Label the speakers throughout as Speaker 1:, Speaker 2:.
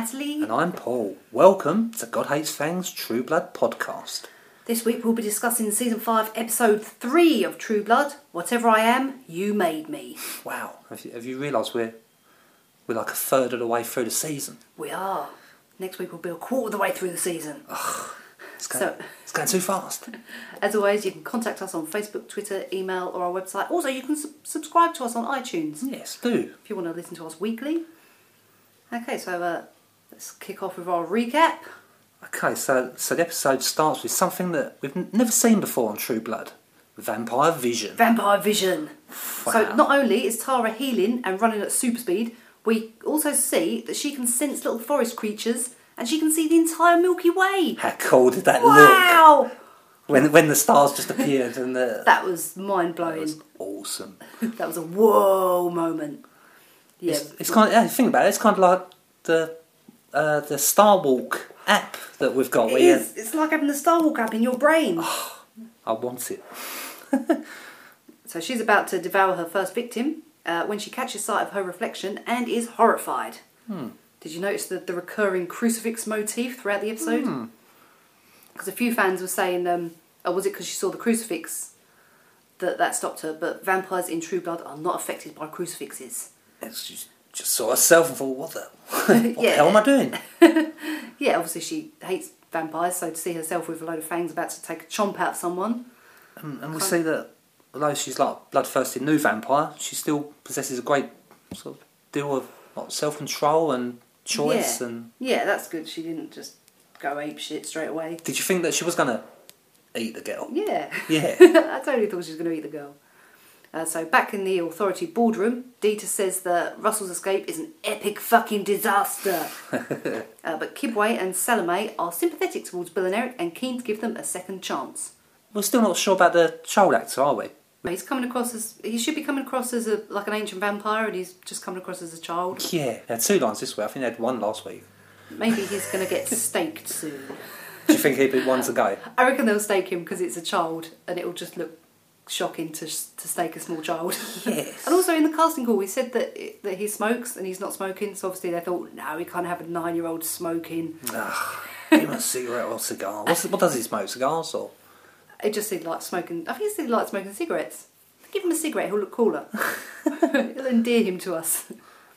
Speaker 1: I'm Paul. Welcome to God Hates Fangs True Blood podcast.
Speaker 2: This week we'll be discussing season 5, episode 3 of True Blood Whatever I Am, You Made Me.
Speaker 1: Wow, have you, have you realised we're we're like a third of the way through the season?
Speaker 2: We are. Next week will be a quarter of the way through the season.
Speaker 1: It's going,
Speaker 2: So-
Speaker 1: it's going too fast.
Speaker 2: As always, you can contact us on Facebook, Twitter, email, or our website. Also, you can sub- subscribe to us on iTunes
Speaker 1: yes, do.
Speaker 2: if you want to listen to us weekly. Okay, so uh, let's kick off with our recap.
Speaker 1: Okay, so so the episode starts with something that we've n- never seen before on True Blood: vampire vision.
Speaker 2: Vampire Vision.
Speaker 1: Wow.
Speaker 2: So not only is Tara healing and running at super speed, we also see that she can sense little forest creatures and she can see the entire Milky Way.
Speaker 1: How cool did that look
Speaker 2: Wow!
Speaker 1: when when the stars just appeared and the
Speaker 2: That was mind
Speaker 1: That
Speaker 2: blowing.
Speaker 1: was awesome.
Speaker 2: that was a whoa moment. Yeah,
Speaker 1: It's, it's kind of yeah, think about it. It's kind of like the uh, the Star Walk app that we've got.
Speaker 2: it
Speaker 1: where you-
Speaker 2: is. It's like having the Star Walk app in your
Speaker 1: Oh,
Speaker 2: brain.
Speaker 1: I want it.
Speaker 2: So she's about to devour her first victim uh, when she catches sight of her reflection and is horrified.
Speaker 1: Hmm.
Speaker 2: Did you notice the, the recurring crucifix motif throughout the episode?
Speaker 1: Hmm.
Speaker 2: Because a few fans were saying, um, oh, was it because she saw the crucifix that that stopped her? But vampires in True Blood are not affected by crucifixes.
Speaker 1: It's just, just saw herself and thought, what the, what
Speaker 2: Yeah.
Speaker 1: the hell am I doing?
Speaker 2: Yeah, obviously she hates vampires, so to see herself with a load of fangs about to take a chomp out of someone, Mm,
Speaker 1: And, and we see that although she's like a bloodthirsty new vampire, she still possesses a great sort of deal of like, self control and choice.
Speaker 2: Yeah.
Speaker 1: And
Speaker 2: Yeah, that's good. She didn't just go ape shit straight away.
Speaker 1: did you think that she was gonna eat the girl?
Speaker 2: Yeah.
Speaker 1: Yeah.
Speaker 2: I totally thought she was going to eat the girl. Uh, so back in the authority boardroom, Dieter says that Russell's escape is an epic fucking disaster. uh, but Kibwe and Salome are sympathetic towards Bill and Eric and keen to give them a second chance.
Speaker 1: We're still not sure about the child actor, are we?
Speaker 2: He's coming across as he should be coming across as a like an ancient vampire, and he's just coming across as a child.
Speaker 1: Yeah. They had two lines this week. I think they had one last week.
Speaker 2: Maybe he's going to get staked soon.
Speaker 1: Do you think he'd be one to go?
Speaker 2: I reckon they'll stake him because it's a child, and it'll just look shocking to to stake a small child.
Speaker 1: Yes.
Speaker 2: And also in the casting call, we said that that he smokes and he's not smoking. So obviously they thought, no, we can't have a nine-year-old smoking.
Speaker 1: Ugh, give him a cigarette or cigar. What's, what does he smoke? Cigars or?
Speaker 2: It just seemed like smoking. I think he said he liked smoking cigarettes. Give him a cigarette; he'll look cooler. It'll endear him to us.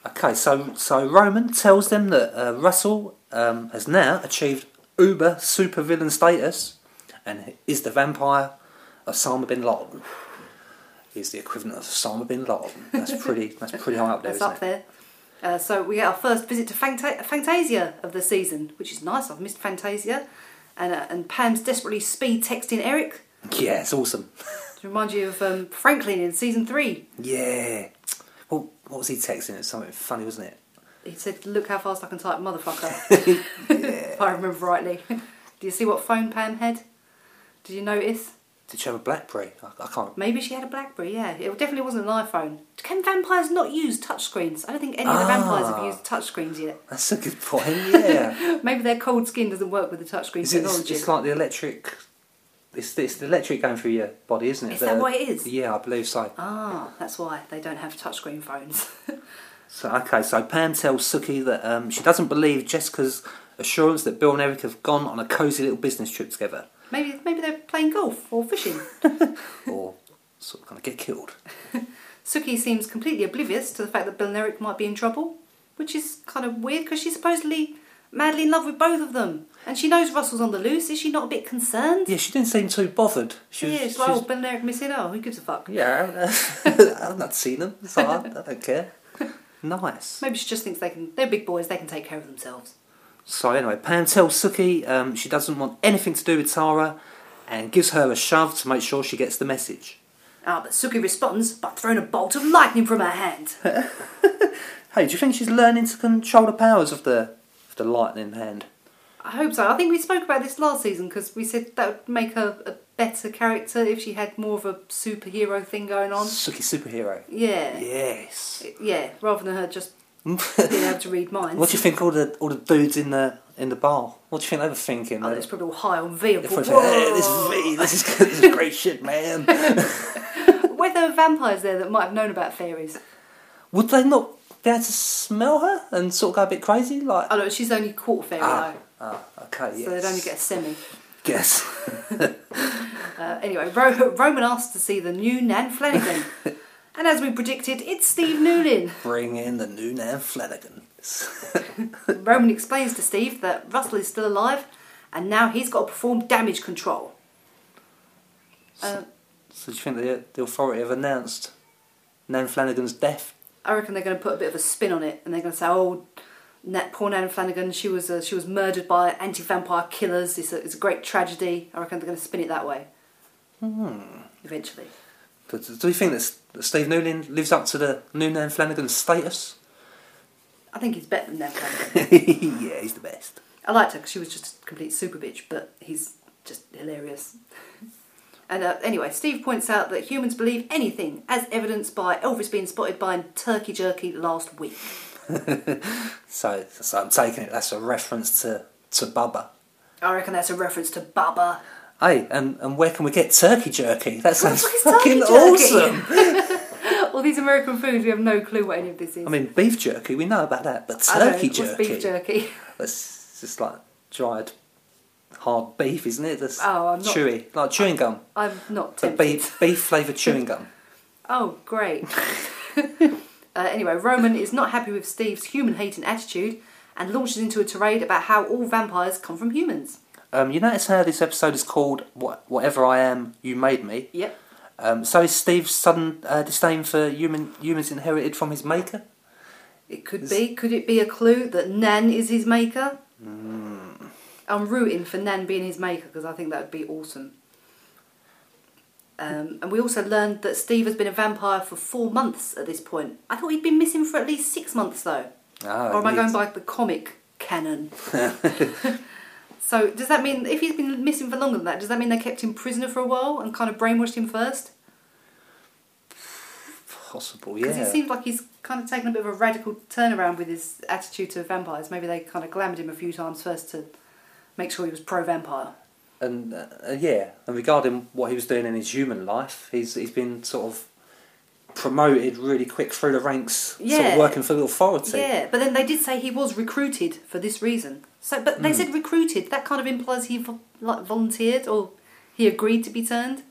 Speaker 1: Okay, so so Roman tells them that uh, Russell um, has now achieved uber supervillain status, and is the vampire Osama bin Laden. He's the equivalent of Osama bin Laden. That's pretty. that's pretty high up there,
Speaker 2: That's
Speaker 1: isn't
Speaker 2: up
Speaker 1: it?
Speaker 2: there. Uh, so we get our first visit to Fanta- Fantasia of the season, which is nice. I've missed Fantasia, and uh, and Pam's desperately speed texting Eric
Speaker 1: Yeah, it's awesome.
Speaker 2: to remind you of um, Franklin in season three.
Speaker 1: Yeah. Well, what was he texting? It was something funny, wasn't it?
Speaker 2: He said, "Look how fast I can type, motherfucker." if I remember rightly. Do you see what phone Pam had? Did you notice?
Speaker 1: Did you have a BlackBerry? I, I can't.
Speaker 2: Maybe she had a BlackBerry. Yeah, it definitely wasn't an iPhone. Can vampires not use touchscreens? I don't think any of the vampires have
Speaker 1: Ah.
Speaker 2: used touchscreens yet.
Speaker 1: That's a good point. Yeah.
Speaker 2: Maybe their cold skin doesn't work with the touchscreen
Speaker 1: Is it, it's,
Speaker 2: technology.
Speaker 1: it's like the electric. It's, it's the electric going through your body, isn't it?
Speaker 2: Is that
Speaker 1: The-
Speaker 2: what it is?
Speaker 1: Yeah, I believe so.
Speaker 2: ah, that's why they don't have touchscreen phones.
Speaker 1: So okay, so Pam tells Suki that um, she doesn't believe Jessica's assurance that Bill and Eric have gone on a cosy little business trip together,
Speaker 2: maybe maybe they're playing golf or fishing.
Speaker 1: or sort of going to get killed.
Speaker 2: Suki seems completely oblivious to the fact that Bill and Eric might be in trouble, which is kind of weird because she's supposedly madly in love with both of them. And she knows Russell's on the loose. Is she not a bit concerned?
Speaker 1: Yeah, she didn't seem too bothered. She
Speaker 2: She
Speaker 1: was,
Speaker 2: is.
Speaker 1: she
Speaker 2: Well,
Speaker 1: was-
Speaker 2: Bill and Eric missing out. Who gives a fuck?
Speaker 1: yeah, I've not seen them, so I, I don't care. Nice.
Speaker 2: Maybe she just thinks they can. They're big boys. They can take care of themselves.
Speaker 1: So anyway, Pam tells Suki um, she doesn't want anything to do with Tara, and gives her a shove to make sure she gets the message.
Speaker 2: Ah, but Suki responds by throwing a bolt of lightning from her hand.
Speaker 1: Hey, do you think she's learning to control the powers of the of the lightning hand?
Speaker 2: I hope so. I think we spoke about this last season because we said that would make her a better character if she had more of a superhero thing going on.
Speaker 1: Suki superhero.
Speaker 2: Yeah.
Speaker 1: Yes.
Speaker 2: Yeah, rather than her just
Speaker 1: what
Speaker 2: being able to read minds.
Speaker 1: do you think all the all the dudes in the in the bar? What do you think they were thinking?
Speaker 2: Oh,
Speaker 1: They-
Speaker 2: that's probably all high on veal.
Speaker 1: they
Speaker 2: but
Speaker 1: probably think, "Hey, this is me. This is this is great shit, man.
Speaker 2: whoa. Were there vampires there that might have known about fairies?
Speaker 1: Would they not be able to smell her and sort of go a bit crazy? Like,
Speaker 2: Oh no, she's only quarter fairy
Speaker 1: ah,
Speaker 2: though,
Speaker 1: ah, okay, yes.
Speaker 2: so they'd only get a semi.
Speaker 1: Guess.
Speaker 2: Uh, anyway, Ro- Roman asked to see the new Nan Flanagan, and as we predicted, it's Steve Newlin.
Speaker 1: Bring in the new Nan Flanagan.
Speaker 2: Roman explains to Steve that Russell is still alive, and now he's got to perform damage control. Uh,
Speaker 1: So do you think the, the authority have announced Nan Flanagan's death?
Speaker 2: I reckon they're going to put a bit of a spin on it, and they're going to say, "Oh, Nat, poor Nan Flanagan, she was uh, she was murdered by anti-vampire killers. It's a, it's a great tragedy." I reckon they're going to spin it that way. Hmm. Eventually,
Speaker 1: But do you think that S- that Steve Newlin lives up to the new Nan Flanagan status?
Speaker 2: I think he's better than Nan Flanagan.
Speaker 1: yeah, he's the best.
Speaker 2: I liked her because she was just a complete super bitch, but he's just hilarious. and uh, anyway, Steve points out that humans believe anything, as evidenced by Elvis being spotted buying turkey jerky last week.
Speaker 1: So, so I'm taking it that's a reference to, to Bubba.
Speaker 2: I reckon that's a reference to Baba.
Speaker 1: Hey, and, and where can we get turkey jerky? That sounds
Speaker 2: What is
Speaker 1: fucking
Speaker 2: turkey
Speaker 1: awesome.
Speaker 2: All these American foods, we have no clue what any of this is.
Speaker 1: I mean, beef jerky, we know about that, but
Speaker 2: I don't know,
Speaker 1: turkey
Speaker 2: what's
Speaker 1: jerky.
Speaker 2: beef jerky.
Speaker 1: That's just like dried hard beef, isn't it? That's
Speaker 2: Oh, I'm not-
Speaker 1: chewy, like chewing gum.
Speaker 2: I'm not
Speaker 1: But
Speaker 2: tempted.
Speaker 1: beef, beef flavoured chewing gum.
Speaker 2: Oh, great. uh, anyway, Roman is not happy with Steve's human hating attitude and launches into a tirade about how all vampires come from humans.
Speaker 1: Um, you notice how this episode is called what, Whatever I Am, You Made Me?
Speaker 2: Yep.
Speaker 1: Um, so is Steve's sudden uh, disdain for human, humans inherited from his maker?
Speaker 2: It could be. Could it be a clue that Nan is his maker?
Speaker 1: Hmm.
Speaker 2: I'm rooting for Nan being his maker because I think that would be awesome. Um, and we also learned that Steve has been a vampire for four months at this point. I thought he'd been missing for at least six months though.
Speaker 1: Ah,
Speaker 2: or am I
Speaker 1: yes.
Speaker 2: going by the comic canon? so does that mean if he's been missing for longer than that, does that mean they kept him prisoner for a while and kind of brainwashed him first?
Speaker 1: Possible,
Speaker 2: Because
Speaker 1: yeah.
Speaker 2: it seems like he's kind of taken a bit of a radical turnaround with his attitude to vampires. Maybe they kind of glammed him a few times first to make sure he was pro vampire.
Speaker 1: and uh, uh, yeah, and regarding what he was doing in his human life, he's he's been sort of promoted really quick through the ranks, sort
Speaker 2: Yeah.
Speaker 1: of working for the authority.
Speaker 2: Yeah, but then they did say he was recruited for this reason. So, but they said recruited. That kind of implies he vo- like volunteered or he agreed to be turned.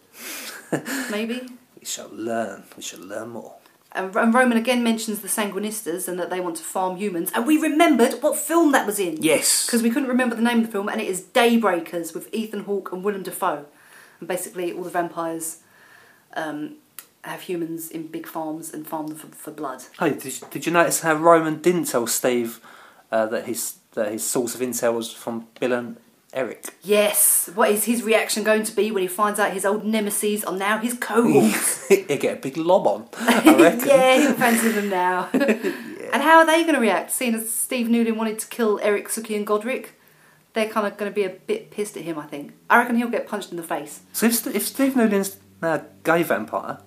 Speaker 2: Maybe.
Speaker 1: We shall learn. We shall learn more.
Speaker 2: And and Roman again mentions the Sanguinistas and that they want to farm humans. And we remembered what film that was in.
Speaker 1: Yes.
Speaker 2: because we couldn't remember the name of the film, and it is Daybreakers with Ethan Hawke and Willem Dafoe. And basically, all the vampires um, have humans in big farms and farm them for, for blood.
Speaker 1: Hey, did you, did you notice how Roman didn't tell Steve uh, that his that his source of intel was from Bill and Eric?
Speaker 2: Yes, what is his reaction going to be when he finds out his old nemesis are now his cohorts?
Speaker 1: He'd get a big lob on. I reckon.
Speaker 2: yeah, he'll fancy them now. And how are they going to react, seeing as Steve Newlin wanted to kill Eric, Suki, and Godric? They're kind of going to be a bit pissed at him, I think. I reckon he'll get punched in the face.
Speaker 1: So if, St- if Steve Newlin's now a gay vampire,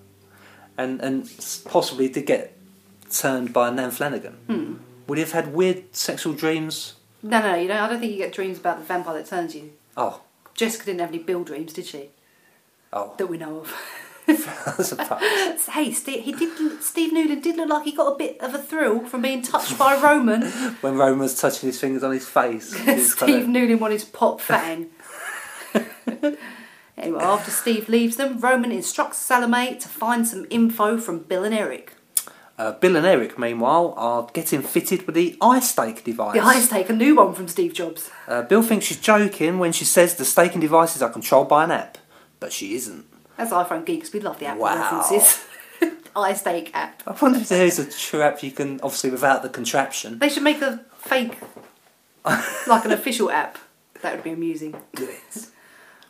Speaker 1: and and s- possibly did get turned by Nan Flanagan, would he have had weird sexual dreams?
Speaker 2: No, no, you know, I don't think you get dreams about the vampire that turns you.
Speaker 1: Oh,
Speaker 2: Jessica didn't have any Bill dreams, did she?
Speaker 1: oh,
Speaker 2: That we know of.
Speaker 1: that's a fact.
Speaker 2: hey, Steve, he did. Steve Newland did look like he got a bit of a thrill from being touched by Roman.
Speaker 1: When Roman was touching his fingers on his face, he was
Speaker 2: Steve
Speaker 1: kinda-
Speaker 2: Newland wanted to pop Fang. anyway, after Steve leaves them, Roman instructs Salome to find some info from Bill and Eric.
Speaker 1: uh, Bill and Eric, meanwhile, are getting fitted with the eye stake device.
Speaker 2: The eyes take a new one from Steve Jobs.
Speaker 1: Uh, Bill thinks she's joking when she says the staking devices are controlled by an app, but she isn't.
Speaker 2: As iPhone geeks, we love the app
Speaker 1: Wow.
Speaker 2: references. Eye stake app.
Speaker 1: I wonder if there is a true app you can, obviously, without the contraption.
Speaker 2: They should make a fake, like an official app. That would be amusing. Uh,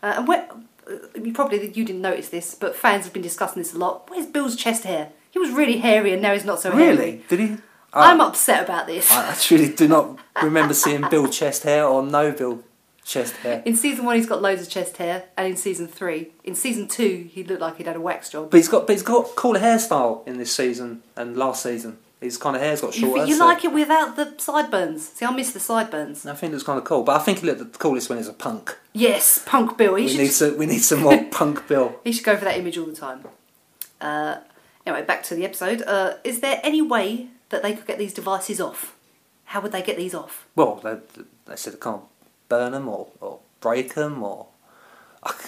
Speaker 2: and where, uh, you probably you didn't notice this, but fans have been discussing this a lot. Where's Bill's chest hair? He was really hairy, and now he's not so hairy.
Speaker 1: Really? Did he? Oh.
Speaker 2: I'm upset about this.
Speaker 1: I actually do not remember seeing Bill chest hair or no Bill chest hair.
Speaker 2: in season one, he's got loads of chest hair, and in season three, in season two, he looked like he'd had a wax job.
Speaker 1: But he's got but he's got cooler hairstyle in this season and last season. His kind of hair's got
Speaker 2: You,
Speaker 1: shorter.
Speaker 2: you
Speaker 1: so-
Speaker 2: like it without the sideburns? See, I miss the sideburns.
Speaker 1: I think it was kind of cool, but I think he looked the coolest when he was a punk.
Speaker 2: Yes, punk Bill. He
Speaker 1: We
Speaker 2: should
Speaker 1: need
Speaker 2: just-
Speaker 1: some, we need some more punk Bill.
Speaker 2: He should go for that image all the time. Uh, anyway, back to the episode. Uh, is there any way that they could get these devices off. How would they get these off?
Speaker 1: Well, they, they said they can't burn them or, or break them or.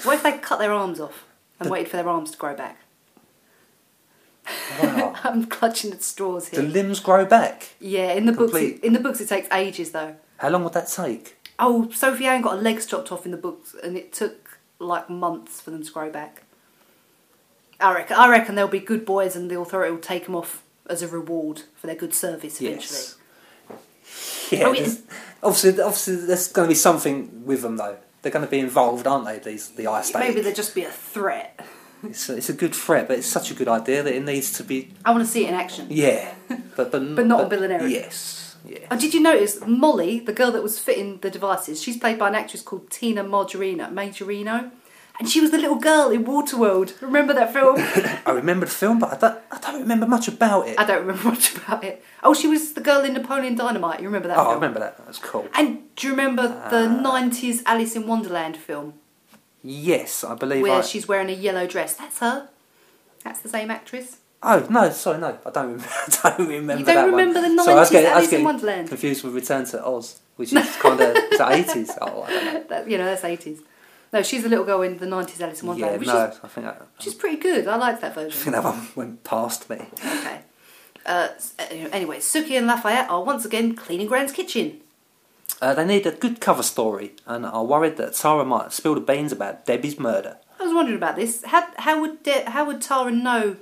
Speaker 2: What if they cut their arms off and waited for their arms to grow back?
Speaker 1: Wow.
Speaker 2: I'm clutching at straws
Speaker 1: the
Speaker 2: here.
Speaker 1: limbs grow back.
Speaker 2: yeah, in the books,
Speaker 1: Complete.
Speaker 2: it, in the books, it takes ages though.
Speaker 1: How long would that take?
Speaker 2: Oh, Sophie Ann got her legs chopped off in the books, and it took like months for them to grow back. I reckon, I reckon they'll be good boys, and the authority will take them off as a reward for their good service eventually.
Speaker 1: Yes. Yeah.
Speaker 2: Oh, it
Speaker 1: there's- obviously, obviously, there's going to be something with them though. They're going to be involved, aren't they? These the ice state.
Speaker 2: Maybe they'll just be a threat.
Speaker 1: It's a, it's a good threat, but it's such a good idea that it needs to be.
Speaker 2: I want to see it in action.
Speaker 1: Yeah, but but,
Speaker 2: But not on Bill and Eric.
Speaker 1: Yes. Yeah.
Speaker 2: Oh, did you notice Molly, the girl that was fitting the devices? She's played by an actress called Tina Margarino, Majorino, and she was the little girl in Waterworld. Remember that film?
Speaker 1: I remember the film, but I don't, I don't remember much about it.
Speaker 2: I don't remember much about it. Oh, she was the girl in Napoleon Dynamite. You remember that?
Speaker 1: oh, I
Speaker 2: film?
Speaker 1: remember that. That was cool.
Speaker 2: And do you remember the
Speaker 1: Uh,
Speaker 2: '90s Alice in Wonderland film
Speaker 1: Yes, I believe.
Speaker 2: where
Speaker 1: I...
Speaker 2: she's wearing a yellow dress? That's her. That's the same actress.
Speaker 1: Oh no, sorry, no, I don't. Remember, I don't remember.
Speaker 2: don't
Speaker 1: that
Speaker 2: remember
Speaker 1: one.
Speaker 2: the
Speaker 1: Sorry, I was
Speaker 2: 90s
Speaker 1: getting, I was
Speaker 2: Alice in
Speaker 1: getting
Speaker 2: Wonderland?
Speaker 1: Confused with Return to Oz, which is kind of is that eighties. Oh, I don't know.
Speaker 2: That, you know, that's '80s. No, she's the little girl in the '90s Alice in Wonderland,
Speaker 1: Yeah,
Speaker 2: which
Speaker 1: no,
Speaker 2: is
Speaker 1: I think that,
Speaker 2: which is pretty good. I liked that
Speaker 1: I
Speaker 2: version.
Speaker 1: think that one went past me.
Speaker 2: Okay. Uh, s- uh, anyway, Suki and Lafayette are once again cleaning Gran's kitchen.
Speaker 1: Uh, they need a good cover story, and are worried that Tara might spill the beans about Debbie's murder.
Speaker 2: I was wondering about this. How, how would De- how would Tara know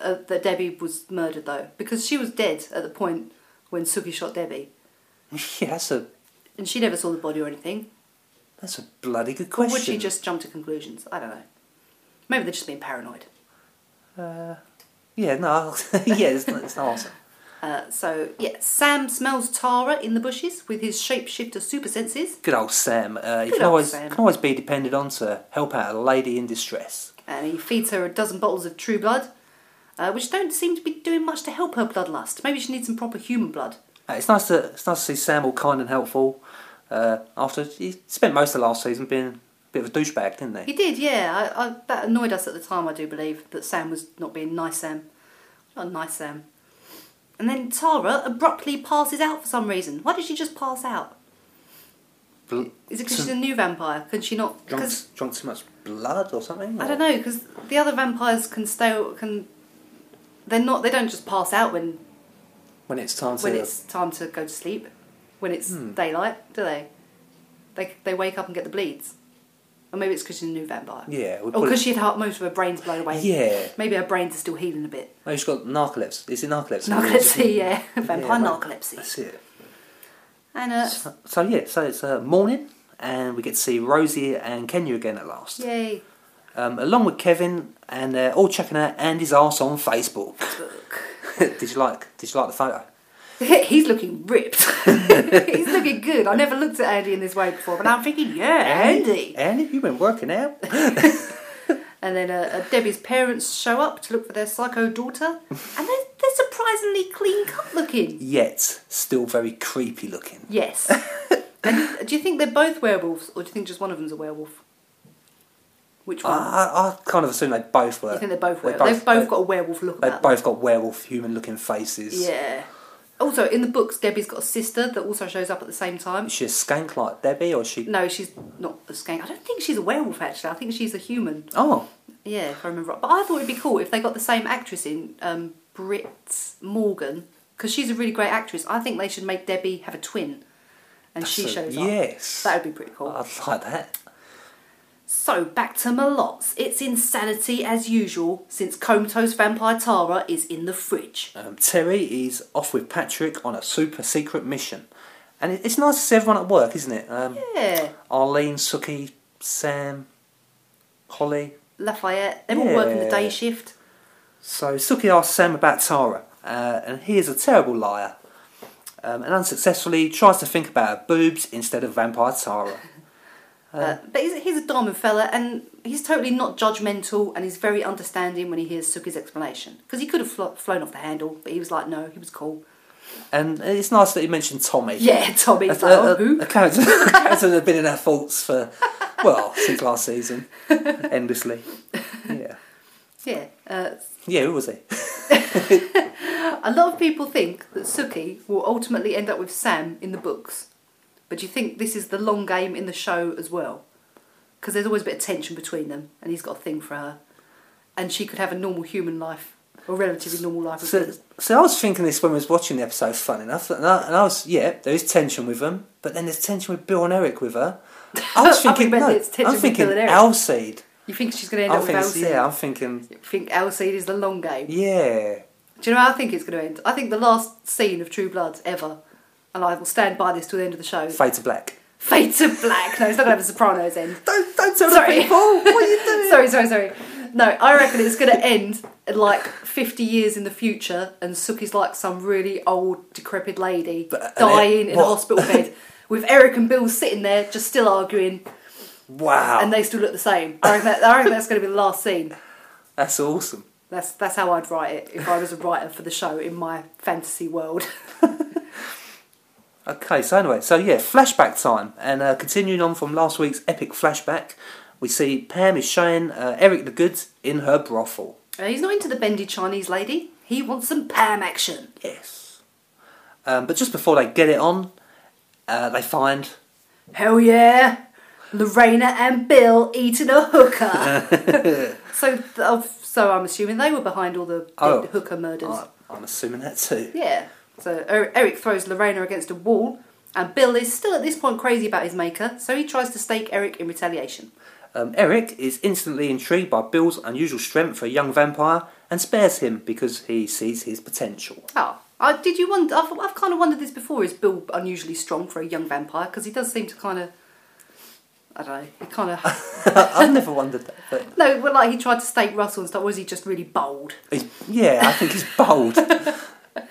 Speaker 2: uh, that Debbie was murdered though? Because she was dead at the point when Suki shot Debbie,
Speaker 1: Yeah, that's a
Speaker 2: and she never saw the body or anything.
Speaker 1: that's a bloody good
Speaker 2: Or
Speaker 1: question.
Speaker 2: would she just jump to conclusions? I don't know. Maybe they're just being paranoid.
Speaker 1: Yeah, no, yeah, it's, not- it's not awesome.
Speaker 2: Uh, so yeah, Sam smells Tara in the bushes with his shapeshifter super senses,
Speaker 1: Good old Sam. Uh, he
Speaker 2: Good
Speaker 1: can
Speaker 2: old
Speaker 1: always
Speaker 2: Sam.
Speaker 1: can always be depended on to help out a lady in distress.
Speaker 2: and he feeds her a dozen bottles of True Blood, uh, which don't seem to be doing much to help her bloodlust. Maybe she needs some proper human blood.
Speaker 1: Uh, it's nice to it's nice to see Sam all kind and helpful. Uh, after he spent most of last season being a bit of a douchebag, didn't he?
Speaker 2: He did, yeah. I, I, that annoyed us at the time, I do believe, that Sam was not being nice Sam. Not a nice Sam. And then Tara abruptly passes out for some reason. Why did she just pass out?
Speaker 1: Bl-
Speaker 2: Is it because
Speaker 1: some-
Speaker 2: she's a new vampire? Can she not?
Speaker 1: drunk,
Speaker 2: Because
Speaker 1: drunk too much blood or something?
Speaker 2: I
Speaker 1: or-
Speaker 2: don't know. Because the other vampires can stay. Can they're not? They don't just pass out when
Speaker 1: When it's time to
Speaker 2: when it's time to go to sleep, when it's
Speaker 1: Hmm.
Speaker 2: daylight, do they? They they wake up and get the bleeds, or maybe it's because she's a new vampire.
Speaker 1: yeah, we
Speaker 2: Or
Speaker 1: put
Speaker 2: because
Speaker 1: it,
Speaker 2: she'd had most of her brains blown away.
Speaker 1: yeah.
Speaker 2: Maybe her brains are still healing a bit.
Speaker 1: Oh, she's got narcolepsy. Is it narcolepsy?
Speaker 2: Narcolepsy, yeah. Vampire
Speaker 1: mate.
Speaker 2: narcolepsy.
Speaker 1: That's it.
Speaker 2: And uh,
Speaker 1: So, so yeah, so it's uh, morning, and we get to see Rosie and Kenya again at last.
Speaker 2: yay,
Speaker 1: um, along with Kevin, and they're all checking out Andy's ass on Facebook. did you like? Did you like the photo?
Speaker 2: he's looking ripped. he's looking good. I never looked at Andy in this way before, but I'm thinking, yeah, Andy.
Speaker 1: Andy, you've been working out.
Speaker 2: And then uh, uh, Debbie's parents show up to look for their psycho daughter, and they're, they're surprisingly clean cut looking.
Speaker 1: Yet still very creepy looking.
Speaker 2: Yes. and do you think they're both werewolves, or do you think just one of them's a werewolf? Which
Speaker 1: I,
Speaker 2: one?
Speaker 1: I, I kind of assume they both were.
Speaker 2: you think Uh, they're both
Speaker 1: They
Speaker 2: werewolves? They've both
Speaker 1: they-
Speaker 2: got a werewolf look
Speaker 1: They've
Speaker 2: about them.
Speaker 1: both got werewolf human looking faces.
Speaker 2: Yeah. Also, in the books, Debbie's got a sister that also shows up at the same time.
Speaker 1: Is she a skank like Debbie, or is she?
Speaker 2: No, she's not a skank. I don't think she's a werewolf, actually. I think she's a human.
Speaker 1: Oh,
Speaker 2: Yeah, if I remember right. But I thought it'd be cool if they got the same actress in, um, Britt Morgan, because she's a really great actress. I think they should make Debbie have a twin, and she
Speaker 1: so-
Speaker 2: shows up.
Speaker 1: yes.
Speaker 2: That would be pretty cool.
Speaker 1: I'd like that.
Speaker 2: So back to Malots. It's insanity as usual since comatose vampire Tara is in the fridge.
Speaker 1: Um, Terry is off with Patrick on a super secret mission, and it, it's nice to see everyone at work, isn't it? Um,
Speaker 2: Yeah,
Speaker 1: Arlene, Suki, Sam, Holly.
Speaker 2: Lafayette. They're all working the
Speaker 1: Yeah.
Speaker 2: day shift.
Speaker 1: So Suki asks Sam about Tara, uh, and he is a terrible liar, um, and unsuccessfully tries to think about her boobs instead of vampire Tara.
Speaker 2: Uh, but he's, he's a diamond fella and he's totally not judgmental and he's very understanding when he hears Suki's explanation. Because he could have flo- flown off the handle, but he was like, no, he was cool.
Speaker 1: And it's nice that he mentioned Tommy.
Speaker 2: Yeah, Tommy.
Speaker 1: a,
Speaker 2: He's like, oh,
Speaker 1: a-
Speaker 2: who?
Speaker 1: a character, a character that had been in our thoughts for well since last season, endlessly. Yeah,
Speaker 2: Yeah. Uh,
Speaker 1: yeah. Who was he?
Speaker 2: A lot of people think that Suki will ultimately end up with Sam in the books, but do you think this is the long game in the show as well? Because there's always a bit of tension between them, and he's got a thing for her, and she could have a normal human life or relatively normal life. as
Speaker 1: So,
Speaker 2: well.
Speaker 1: so I was thinking this when we was watching the episode. Fun enough, and I, and I was yeah, there is tension with them, but then there's tension with Bill and Eric with her. I was
Speaker 2: I
Speaker 1: thinking,
Speaker 2: remember
Speaker 1: no,
Speaker 2: it's tension
Speaker 1: I'm
Speaker 2: with Bill
Speaker 1: thinking
Speaker 2: and Eric.
Speaker 1: Alcide.
Speaker 2: You think she's going to end
Speaker 1: I'm
Speaker 2: up with
Speaker 1: thinking,
Speaker 2: Alcide?
Speaker 1: yeah, I'm thinking,
Speaker 2: You think Alcide is the long game?
Speaker 1: yeah,
Speaker 2: Do you know how I think it's going to end? I think the last scene of True Blood ever, and I will stand by this till the end of the show.
Speaker 1: fade to black.
Speaker 2: Fade to black. No, it's not going to have a Sopranos end.
Speaker 1: Don't don't tell
Speaker 2: Sorry.
Speaker 1: the people what are you doing.
Speaker 2: sorry, sorry, sorry. No, I reckon it's going to end at, like 50 years in the future, and Suki's like some really old, decrepit lady
Speaker 1: But-
Speaker 2: dying in a
Speaker 1: what?
Speaker 2: hospital bed with Eric and Bill sitting there just still arguing,
Speaker 1: Wow,
Speaker 2: and they still look the same. I reckon, that, I reckon that's going to be the last scene.
Speaker 1: that's awesome.
Speaker 2: That's that's how I'd write it if I was a writer for the show in my fantasy world.
Speaker 1: Okay, so anyway, so yeah, flashback time, and uh, continuing on from last week's epic flashback, we see Pam is showing uh, Eric the goods in her brothel.
Speaker 2: Uh, he's not into the bendy Chinese lady. He wants some Pam action.
Speaker 1: Yes. Um, but just before they get it on, uh, they find
Speaker 2: Hell yeah! Lorena and Bill eating a hooker. so, th- of- so I'm assuming they were behind all the dead
Speaker 1: Oh.
Speaker 2: hooker murders.
Speaker 1: I, I'm assuming that too.
Speaker 2: Yeah. So er- Eric throws Lorena against a wall, and Bill is still at this point crazy about his maker, so he tries to stake Eric in retaliation.
Speaker 1: Um, Eric is instantly intrigued by Bill's unusual strength for a young vampire and spares him because he sees his potential.
Speaker 2: Oh, I, did you wonder? I've, I've kind of wondered this before. Is Bill unusually strong for a young vampire? Because he does seem to kind of. I don't know. He kind of.
Speaker 1: I've never wondered that, but
Speaker 2: no, well, like he tried to stake Russell and stuff. Was he just really bold?
Speaker 1: he's, yeah, I think he's bold.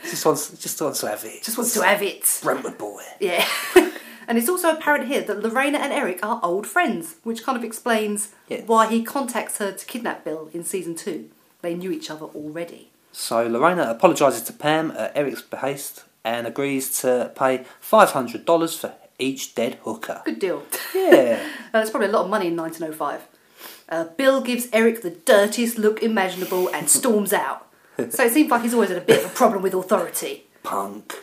Speaker 1: just wants, just wants to have it.
Speaker 2: Just wants to have it.
Speaker 1: Brentwood boy.
Speaker 2: Yeah. and it's also apparent here that Lorena and Eric are old friends, which kind of explains
Speaker 1: Yes.
Speaker 2: why he contacts her to kidnap Bill in season two. They knew each other already.
Speaker 1: So Lorena apologises to Pam at Eric's behest and agrees to pay five hundred dollars for each dead hooker.
Speaker 2: Good deal.
Speaker 1: Yeah.
Speaker 2: Uh, That's probably a lot of money in 1905. Uh, Bill gives Eric the dirtiest look imaginable and storms out. So it seems like he's always had a bit of a problem with authority.
Speaker 1: punk.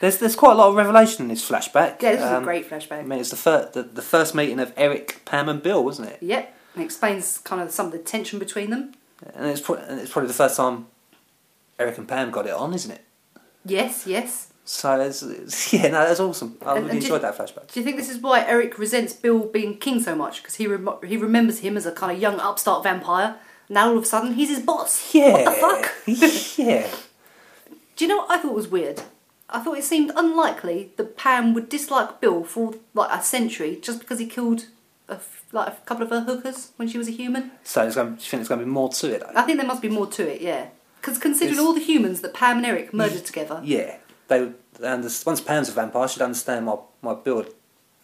Speaker 1: there's there's quite a lot of revelation in this flashback.
Speaker 2: Yeah, this is
Speaker 1: Um,
Speaker 2: a great
Speaker 1: I
Speaker 2: flashback.
Speaker 1: mean, it's the first the, the first meeting of Eric, Pam, and Bill, wasn't it?
Speaker 2: Yep, and explains kind of some of the tension between them.
Speaker 1: And it's pro- and it's probably the first time Eric and Pam got it on, isn't it?
Speaker 2: Yes, yes.
Speaker 1: So it's, it's- yeah, no, that's awesome. I
Speaker 2: And-
Speaker 1: really
Speaker 2: and did-
Speaker 1: enjoyed that flashback.
Speaker 2: Do you think this is why Eric resents Bill being king so much? Because he rem- he remembers him as a kind of young upstart vampire. Now all of a sudden he's his boss.
Speaker 1: Yeah.
Speaker 2: What the fuck?
Speaker 1: yeah.
Speaker 2: Do you know what I thought was weird? I thought it seemed unlikely that Pam would dislike Bill for like a century just because he killed a f- like a couple of her hookers when she was a human.
Speaker 1: So it's going. Do you think there's going to be more to it? Though?
Speaker 2: I think there must be more to it, yeah. Because considering
Speaker 1: It's-
Speaker 2: all the humans that Pam and Eric murdered together,
Speaker 1: Yeah. They, they under- once Pam's a vampire, she'd understand why my Bill had-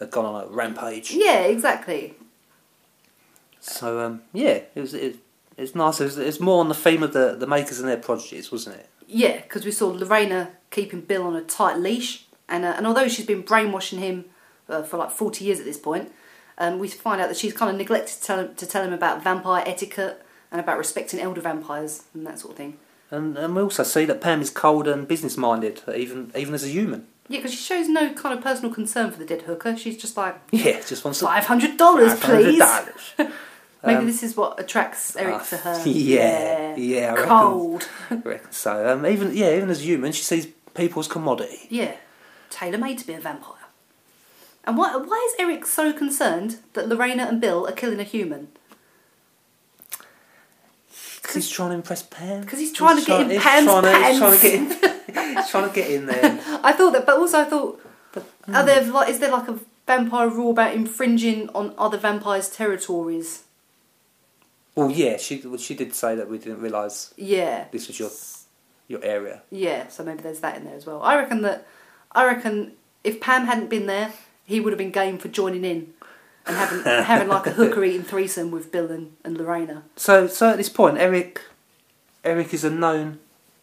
Speaker 1: had gone on a rampage.
Speaker 2: yeah, exactly.
Speaker 1: So um, yeah, it was it, it's nice. It's it's more on the theme of the, the makers and their prodigies, wasn't it?
Speaker 2: Yeah, because we saw Lorena keeping Bill on a tight leash, and uh, and although she's been brainwashing him uh, for like forty years at this point, um, we find out that she's kind of neglected to tell, him, to tell him about vampire etiquette and about respecting elder vampires and that sort of thing.
Speaker 1: And and we also see that Pam is cold and business minded, even even as a human.
Speaker 2: Yeah, because she shows no kind of personal concern for the dead hooker. She's just like
Speaker 1: Yeah, just wants to
Speaker 2: five hundred dollars, please.
Speaker 1: $500.
Speaker 2: Maybe this is what attracts Eric
Speaker 1: Ah,
Speaker 2: to her.
Speaker 1: Um, yeah, yeah, I reckon.
Speaker 2: cold.
Speaker 1: I reckon. so um, even yeah, even as a human, she sees people as commodity.
Speaker 2: Yeah, tailor made to be a vampire. And why, why is Eric so concerned that Lorena and Bill are killing a human?
Speaker 1: He's trying to impress Pam.
Speaker 2: 'Cause he's trying to get in
Speaker 1: he's
Speaker 2: Pam's
Speaker 1: trying to- he's
Speaker 2: pants.
Speaker 1: trying to get in. he's trying to get in there.
Speaker 2: I thought that, but also I thought, are there like is there like a vampire rule about infringing on other vampires' territories?
Speaker 1: Well, yeah, she well, she did say that we didn't realise
Speaker 2: Yeah,
Speaker 1: this was your your area.
Speaker 2: yeah. So maybe there's that in there as well. I reckon that, I reckon if Pam hadn't been there, he would have been game for joining in and having having like a hooker eating threesome with Bill and, and Lorena.
Speaker 1: So so at this point, Eric Eric is a known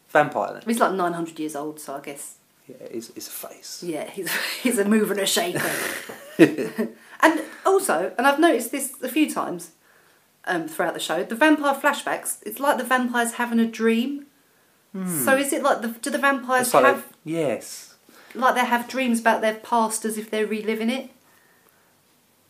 Speaker 1: vampire. Then.
Speaker 2: He's like nine hundred years old, so I guess
Speaker 1: Yeah, it's, it's a face.
Speaker 2: Yeah, he's, he's a mover and a shaker. and also, and I've noticed this a few times um, throughout the show, the vampire flashbacks, it's like the vampire's having a dream. So is it like the, do the vampires
Speaker 1: Hmm. It's like
Speaker 2: have
Speaker 1: they- yes.
Speaker 2: like they have dreams about their past as if they're reliving it?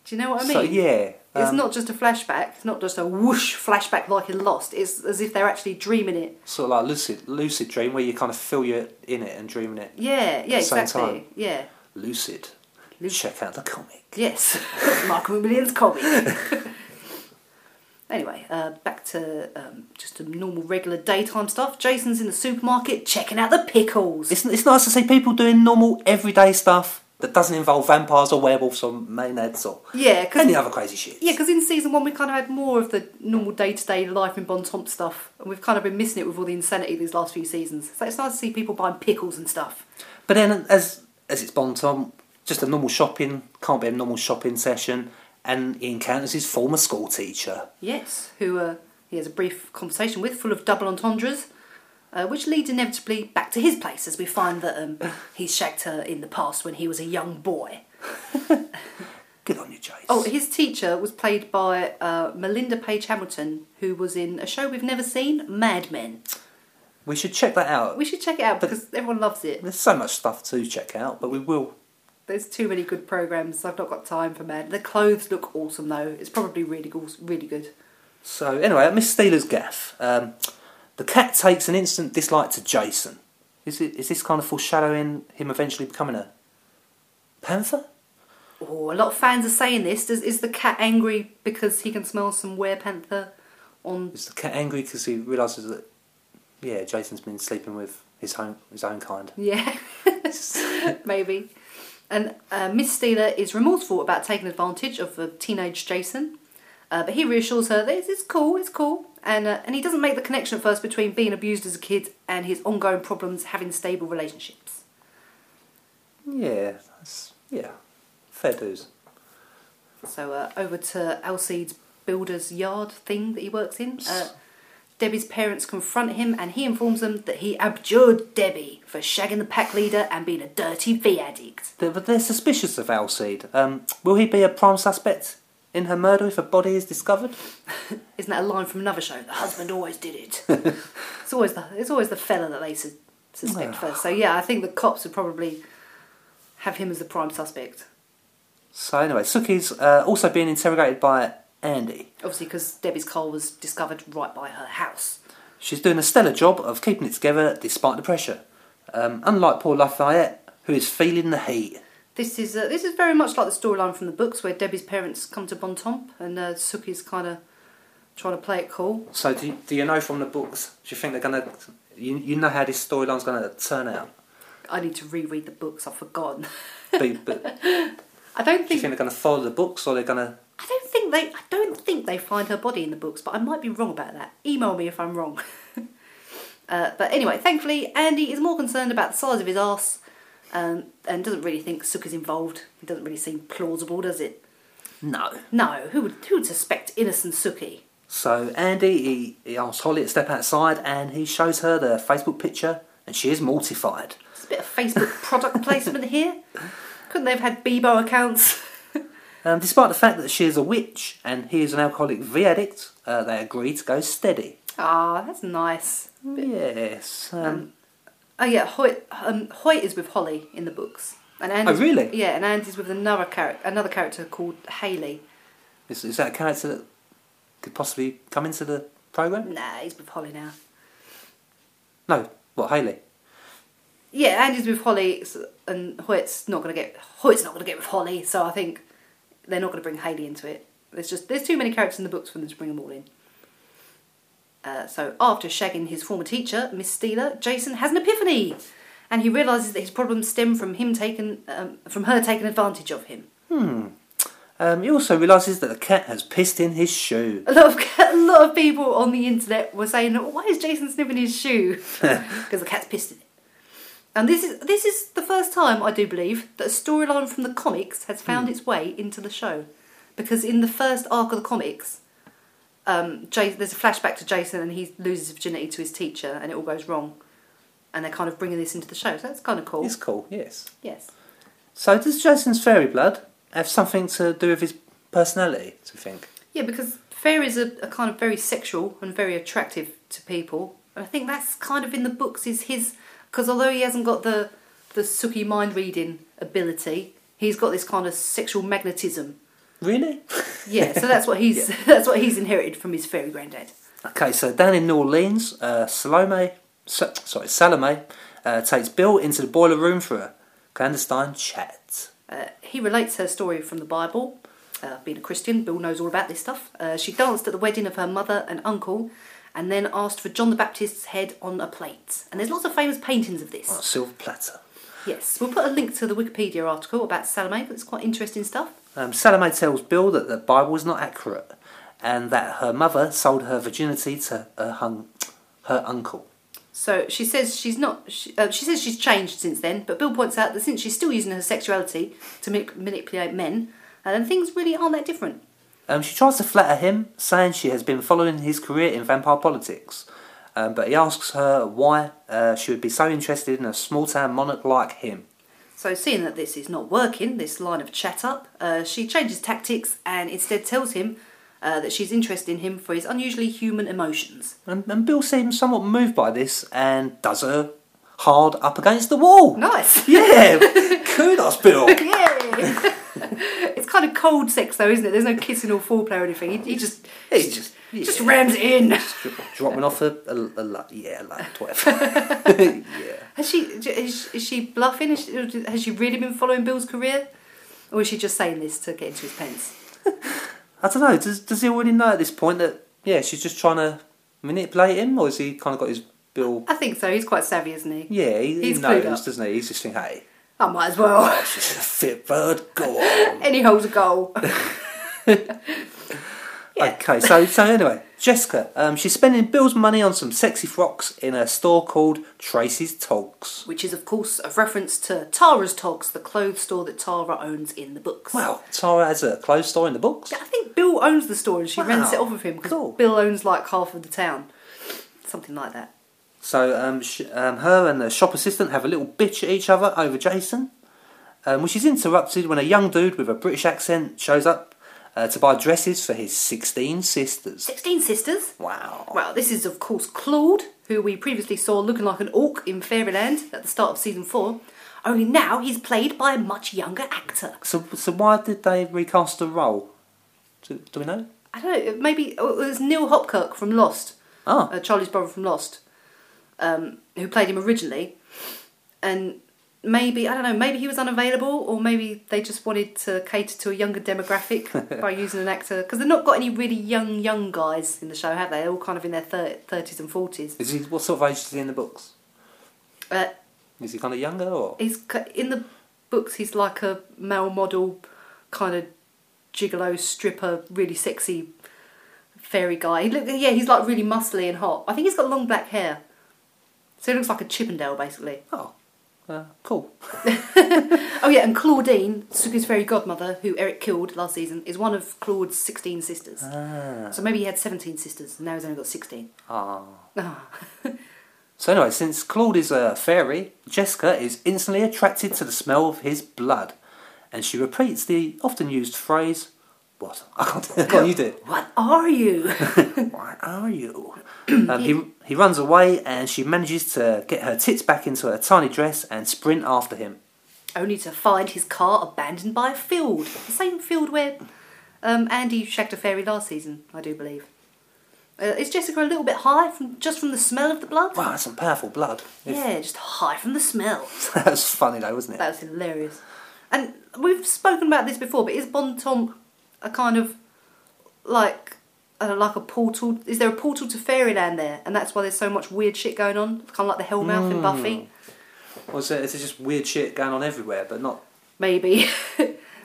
Speaker 2: Do you know what I mean?
Speaker 1: so yeah,
Speaker 2: It's
Speaker 1: um,
Speaker 2: not just a flashback. It's not just a whoosh flashback like in Lost. It's as if they're actually dreaming it.
Speaker 1: sort of like lucid lucid dream where you kind of feel you're in it and dreaming it.
Speaker 2: Yeah, yeah,
Speaker 1: the same
Speaker 2: exactly.
Speaker 1: time.
Speaker 2: Yeah.
Speaker 1: Lucid.
Speaker 2: Lucid.
Speaker 1: Check out the comic.
Speaker 2: Yes, Michael Williams comic. anyway, uh, back to um, just a normal, regular daytime stuff. Jason's in the supermarket checking out the pickles.
Speaker 1: It's it's nice to see people doing normal everyday stuff that doesn't involve vampires or werewolves or maenads or
Speaker 2: yeah, because
Speaker 1: any other crazy shit.
Speaker 2: yeah, because in season one we kind of had more of the normal day-to-day life in Bon Tomp stuff, and we've kind of been missing it with all the insanity these last few seasons. So it's nice to see people buying pickles and stuff.
Speaker 1: But then, as as it's Bon Tom, just a normal shopping can't be a normal shopping session, and he encounters his former school teacher.
Speaker 2: Yes, who uh, he has a brief conversation with, full of double entendres, uh, which leads inevitably back to his place as we find that um, he shagged her in the past when he was a young boy.
Speaker 1: Good on you, Jace.
Speaker 2: Oh, his teacher was played by uh, Melinda Page Hamilton, who was in a show we've never seen, Mad Men.
Speaker 1: we should check that out.
Speaker 2: We should check it out
Speaker 1: But-
Speaker 2: because everyone loves it.
Speaker 1: There's so much stuff to check out, but we will.
Speaker 2: There's too many good programs. I've not got time for Mad. The clothes look awesome though. It's probably really go- really good.
Speaker 1: So anyway, at Miss Steeler's gaff, um, the cat takes an instant dislike to Jason. Is it is this kind of foreshadowing him eventually becoming a panther?
Speaker 2: Oh, a lot of fans are saying this. Does, is the cat angry because he can smell some werepanther on
Speaker 1: Is the cat angry because he realizes that yeah, Jason's been sleeping with his own his own kind?
Speaker 2: Yeah, maybe. And uh, Miss Steeler is remorseful about taking advantage of a teenage Jason, uh, but he reassures her that it's, it's cool, it's cool. And, uh, and he doesn't make the connection at first between being abused as a kid and his ongoing problems having stable relationships.
Speaker 1: Yeah, that's yeah, fair dues.
Speaker 2: So uh, over to Alcide's builder's yard thing that he works in. Uh, Debbie's parents confront him and he informs them that he abjured Debbie for shagging the pack leader and being a dirty V addict.
Speaker 1: They're, but they're suspicious of Alcide. Um, will he be a prime suspect in her murder if her body is discovered?
Speaker 2: Isn't that a line from another show? The husband always did it. it's always the it's always the fella that they sus- suspect first. So yeah, I think the cops would probably have him as the prime suspect.
Speaker 1: So anyway, Suki's uh, also being interrogated by Andy.
Speaker 2: Obviously, because Debbie's coal was discovered right by her house.
Speaker 1: She's doing a stellar job of keeping it together despite the pressure. Um, unlike poor Lafayette, who is feeling the heat.
Speaker 2: This is uh, this is very much like the storyline from the books where Debbie's parents come to Bon Tomp and uh, Suki's kind of trying to play it cool.
Speaker 1: So do you, do you know from the books? Do you think they're gonna? You, you know how this storyline's gonna turn out.
Speaker 2: I need to reread the books. I've forgotten.
Speaker 1: But, but do
Speaker 2: I don't
Speaker 1: you
Speaker 2: think
Speaker 1: think they're gonna follow the books, or they're gonna?
Speaker 2: I don't think they I don't think they find her body in the books, but I might be wrong about that. Email me if I'm wrong. uh, but anyway, thankfully Andy is more concerned about the size of his ass um, and doesn't really think Sook is involved. It doesn't really seem plausible, does it?
Speaker 1: No.
Speaker 2: No, who would who would suspect innocent Sookie?
Speaker 1: So Andy he, he asks Holly to step outside and he shows her the Facebook picture and she is mortified.
Speaker 2: It's a bit of Facebook product placement here. Couldn't they have had Bebo accounts?
Speaker 1: Um, despite the fact that she is a witch and he is an alcoholic V addict, uh, they agree to go steady.
Speaker 2: Ah, that's nice.
Speaker 1: Yes. Mm. Um,
Speaker 2: Oh yeah, Hoyt, um, Hoyt is with Holly in the books, and Andy's,
Speaker 1: really?
Speaker 2: Yeah, and Andy's with another character, another character called Haley.
Speaker 1: is, is that a character that could possibly come into the programme?
Speaker 2: Nah, he's with Holly now.
Speaker 1: No. What, Haley?
Speaker 2: Yeah, Andy's with Holly, s- and Hoyt's not gonna get Hoyt's not gonna get with Holly. So I think they're not gonna bring Haley into it. There's just there's too many characters in the books for them to bring them all in. Uh, so after shagging his former teacher, Miss Steeler, Jason has an epiphany, and he realizes that his problems stem from him taking um, from her taking advantage of him.
Speaker 1: Um, he also realises that the cat has pissed in his shoe.
Speaker 2: A lot of a lot of people on the internet were saying, "Why is Jason sniffing his shoe?" Because the cat's pissed in it. And this is this is the first time I do believe that a storyline from the comics has found its way into the show, because in the first arc of the comics, um, Ja- there's a flashback to Jason and he loses virginity to his teacher and it all goes wrong, and they're kind of bringing this into the show. So that's kind of cool.
Speaker 1: It's cool, yes.
Speaker 2: Yes.
Speaker 1: So does Jason's fairy blood have something to do with his personality, do you think?
Speaker 2: Yeah, because fairies are, are kind of very sexual and very attractive to people, And I think that's kind of in the books is his because although he hasn't got the the Suki mind reading ability, he's got this kind of sexual magnetism.
Speaker 1: Really?
Speaker 2: Yeah, so that's what he's that's what he's inherited from his fairy granddad.
Speaker 1: Okay, so down in New Orleans, uh, Salome, so, sorry, Salome uh, takes Bill into the boiler room for a clandestine chat.
Speaker 2: Uh, he relates her story from the Bible. Uh, being a Christian, Bill knows all about this stuff. Uh, she danced at the wedding of her mother and uncle, and then asked for John the Baptist's head on a plate. And there's lots of famous paintings of this.
Speaker 1: On a silver platter.
Speaker 2: Yes, we'll put a link to the Wikipedia article about Salome. 'cause It's quite interesting stuff.
Speaker 1: Um, Salome tells Bill that the Bible is not accurate and that her mother sold her virginity to her, hun- her uncle.
Speaker 2: So she says she's not. She, uh, she says she's changed since then, but Bill points out that since she's still using her sexuality to ma- manipulate men, uh, then things really aren't that different.
Speaker 1: Um, she tries to flatter him, saying she has been following his career in vampire politics. Um, but he asks her why uh, she would be so interested in a small town monarch like him.
Speaker 2: So, seeing that this is not working, this line of chat up, uh, she changes tactics and instead tells him uh, that she's interested in him for his unusually human emotions.
Speaker 1: And, and Bill seems somewhat moved by this and does her hard up against the wall.
Speaker 2: Nice!
Speaker 1: Yeah, kudos, Bill.
Speaker 2: Yay! it's kind of cold sex though, isn't it? There's no kissing or foreplay or anything. He, he just
Speaker 1: He just-
Speaker 2: just
Speaker 1: yeah.
Speaker 2: rams it in.
Speaker 1: Dropping off a, a, a lu- yeah, a lap, whatever. yeah.
Speaker 2: Has she is, is she bluffing? Is she, has she really been following Bill's career, or is she just saying this to get into his pants?
Speaker 1: I don't know. Does does he already know at this point that yeah she's just trying to manipulate him, or has he kind of got his bill?
Speaker 2: I think so. He's quite savvy, isn't he?
Speaker 1: Yeah, he, he
Speaker 2: He's clued
Speaker 1: knows,
Speaker 2: up.
Speaker 1: doesn't he? He's just thinking, hey,
Speaker 2: I might as well.
Speaker 1: she's a fit bird. Go on.
Speaker 2: Any hole's a goal. Yeah.
Speaker 1: Okay, so so anyway, Jessica, um, she's spending Bill's money on some sexy frocks in a store called Tracy's Togs.
Speaker 2: which is, of course, a reference to Tara's Togs, the clothes store that Tara owns in the books.
Speaker 1: Wow, Tara has a clothes store in the books.
Speaker 2: I think Bill owns the store and she
Speaker 1: Wow.
Speaker 2: rents it off of him because
Speaker 1: Cool.
Speaker 2: Bill owns like half of the town. Something like that.
Speaker 1: So um, sh- um, her and the shop assistant have a little bitch at each other over Jason, um, which is interrupted when a young dude with a British accent shows up uh, to buy dresses for his 16 sisters.
Speaker 2: 16 Sisters.
Speaker 1: Wow.
Speaker 2: Well, this is, of course, Claude, who we previously saw looking like an orc in Fairyland at the start of season four, only now he's played by a much younger actor.
Speaker 1: So, so why did they recast the role? Do, do we know?
Speaker 2: I don't know, maybe oh, it was Neil Hopkirk from Lost.
Speaker 1: Oh.
Speaker 2: uh, Charlie's brother from Lost, um, who played him originally, and maybe I don't know, maybe he was unavailable, or maybe they just wanted to cater to a younger demographic by using an actor because they've not got any really young young guys in the show, have they? They're all kind of in their thirties and forties.
Speaker 1: Is he what sort of age is he in the books?
Speaker 2: Uh,
Speaker 1: Is he kind of younger or?
Speaker 2: he's c- in the books. He's like a male model, kind of gigolo stripper, really sexy fairy guy. He look, yeah, he's like really muscly and hot. I think he's got long black hair. So he looks like a Chippendale, basically.
Speaker 1: Oh, uh, cool.
Speaker 2: Oh yeah, and Claudine, Suki's fairy godmother, who Eric killed last season, is one of Claude's sixteen sisters.
Speaker 1: Ah.
Speaker 2: So maybe he had seventeen sisters, and now he's only got sixteen.
Speaker 1: Ah.
Speaker 2: Ah.
Speaker 1: So anyway, since Claude is a fairy, Jessica is instantly attracted to the smell of his blood, and she repeats the often used phrase, "What? I can't. I can't you do it?
Speaker 2: what are you?
Speaker 1: Why are you?" Um, he he runs away, and she manages to get her tits back into her tiny dress and sprint after him.
Speaker 2: only to find his car abandoned by a field. The same field where um, Andy shagged a fairy last season, I do believe. Uh, is Jessica a little bit high from just from the smell of the blood?
Speaker 1: Wow, that's some powerful blood. If-
Speaker 2: Yeah, just high from the smell.
Speaker 1: that was funny though, wasn't it?
Speaker 2: That was hilarious. And we've spoken about this before, but is Bon Tom a kind of like I don't know, like a portal? Is there a portal to fairyland there? And that's why there's so much weird shit going on, kind of like the Hellmouth in Buffy.
Speaker 1: Was it? Is it just weird shit going on everywhere, but not?
Speaker 2: Maybe,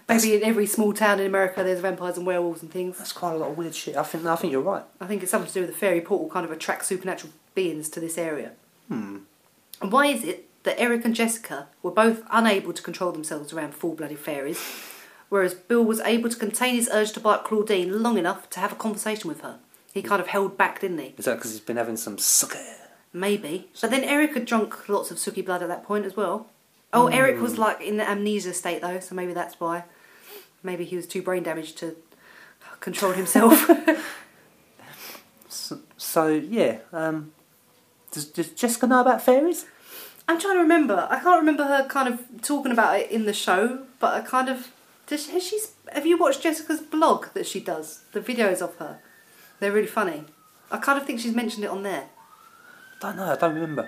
Speaker 1: That's-
Speaker 2: maybe in every small town in America there's vampires and werewolves and things.
Speaker 1: That's quite a lot of weird shit. I think. I think you're right.
Speaker 2: I think it's something to do with the fairy portal kind of attracts supernatural beings to this area. Hmm. And why is it that Eric and Jessica were both unable to control themselves around full blooded fairies, whereas Bill was able to contain his urge to bite Claudine long enough to have a conversation with her? He kind of held back, didn't he?
Speaker 1: Is that because he's been having some sucker?
Speaker 2: Maybe. But then Eric had drunk lots of Suki blood at that point as well. Oh, Eric was like in the amnesia state though, so maybe that's why. Maybe he was too brain damaged to control himself.
Speaker 1: So, so yeah, um, Does, does Jessica know about fairies?
Speaker 2: I'm trying to remember. I can't remember her kind of talking about it in the show, but I kind of does has she have you watched Jessica's blog that she does the videos of her? They're really funny. I kind of think she's mentioned it on there.
Speaker 1: Don't know. I don't remember.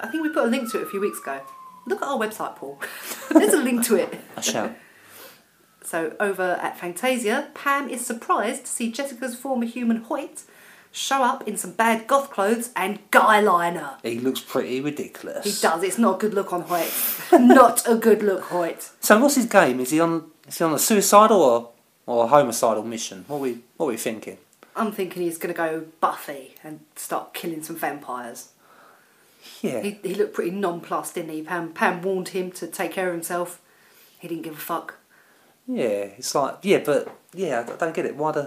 Speaker 2: I think we put a link to it a few weeks ago. Look at our website, Paul. There's a link to it.
Speaker 1: I shall.
Speaker 2: So over at Fantasia, Pam is surprised to see Jessica's former human Hoyt show up in some bad goth clothes and guy liner.
Speaker 1: he looks pretty
Speaker 2: He
Speaker 1: ridiculous.
Speaker 2: does. It's not a good look on Hoyt. not a good look, Hoyt.
Speaker 1: So what's his game? Is he on? Is he on a suicidal or or a homicidal mission? What we what we thinking?
Speaker 2: I'm thinking he's going to go Buffy and start killing some vampires.
Speaker 1: Yeah.
Speaker 2: He, he looked pretty nonplussed, didn't he? Pam, Pam warned him to take care of himself. He didn't give a fuck.
Speaker 1: Yeah, it's like yeah, but yeah, I don't get it. Why the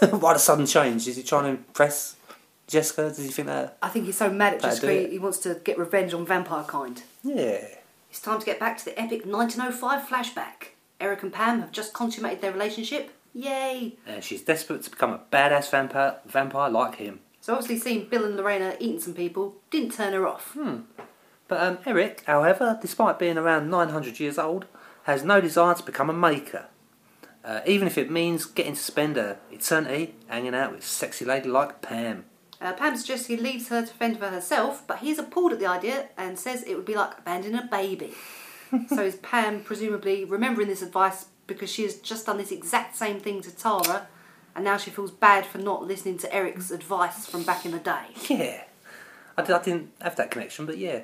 Speaker 1: why the sudden change? Is he trying to impress Jessica? Does he think that?
Speaker 2: I think he's so mad at
Speaker 1: That'd
Speaker 2: Jessica,
Speaker 1: do it.
Speaker 2: he wants to get revenge on vampire kind.
Speaker 1: Yeah,
Speaker 2: It's time to get back to the epic 1905 flashback. Eric and Pam have just consummated their relationship. Yay!
Speaker 1: and she's desperate to become a badass vampire, vampire like him.
Speaker 2: So obviously seeing Bill and Lorena eating some people didn't turn her off.
Speaker 1: But um, Eric, however, despite being around 900 years old, has no desire to become a maker, uh, even if it means getting to spend a eternity hanging out with sexy lady like Pam.
Speaker 2: Uh, Pam suggests he leaves her to fend for herself, but he's appalled at the idea and says it would be like abandoning a baby. so is Pam presumably remembering this advice because she has just done this exact same thing to Tara, and now she feels bad for not listening to Eric's advice from back in the day.
Speaker 1: Yeah, I, did, I didn't have that connection, but yeah,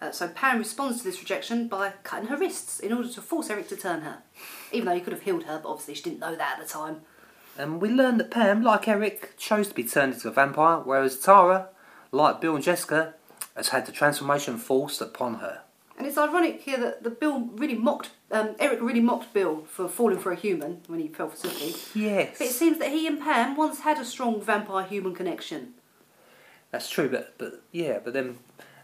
Speaker 2: Uh, so Pam responds to this rejection by cutting her wrists in order to force Eric to turn her, even though he could have healed her, but obviously she didn't know that at the time.
Speaker 1: And we learn that Pam, like Eric, chose to be turned into a vampire, whereas Tara, like Bill and Jessica, has had the transformation forced upon her.
Speaker 2: And it's ironic here that the Bill really mocked um, Eric really mocked Bill for falling for a human when he fell for Suki. But it
Speaker 1: Yes.
Speaker 2: seems that he and Pam once had a strong vampire human connection.
Speaker 1: That's true, but, but yeah, but then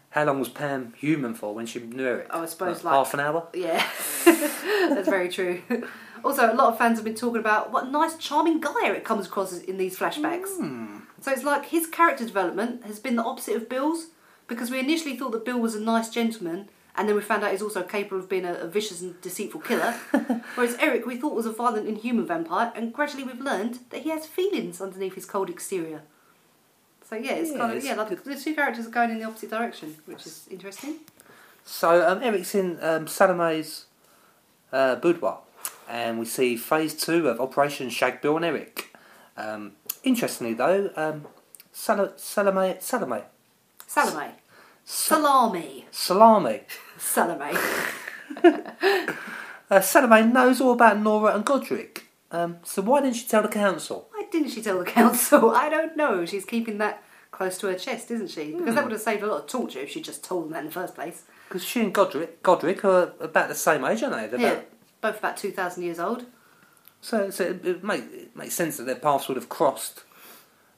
Speaker 1: how long was Pam human for when she knew Eric?
Speaker 2: Oh, I suppose, like-
Speaker 1: half an hour?
Speaker 2: Yeah, that's very true. Also, a lot of fans have been talking about what a nice, charming guy Eric comes across as- in these flashbacks. So it's like his character development has been the opposite of Bill's because we initially thought that Bill was a nice gentleman. And then we found out he's also capable of being a, a vicious and deceitful killer. Whereas Eric, we thought was a violent, inhuman vampire, and gradually we've learned that he has feelings underneath his cold exterior. So yeah, it's kind of
Speaker 1: Yes.
Speaker 2: yeah, like the two characters are going in the opposite direction, which is interesting.
Speaker 1: So um, Eric's in um, Salome's uh, boudoir, and we see phase two of Operation Shag Bill and Eric. Um, interestingly, though, um, Sal- Salome, Salome,
Speaker 2: Salome, salami.
Speaker 1: Salami,
Speaker 2: Salome.
Speaker 1: Uh, Salome knows all about Nora and Godric, um, so why didn't she tell the council?
Speaker 2: Why didn't she tell the council? I don't know. She's keeping that close to her chest, isn't she? Because that would have saved a lot of torture if she'd just told them that in the first place.
Speaker 1: Because she and Godric, Godric are about the same age, aren't they? They're
Speaker 2: Yeah,
Speaker 1: about,
Speaker 2: both about 2,000 years old.
Speaker 1: so so it, it, make, it makes sense that their paths would have crossed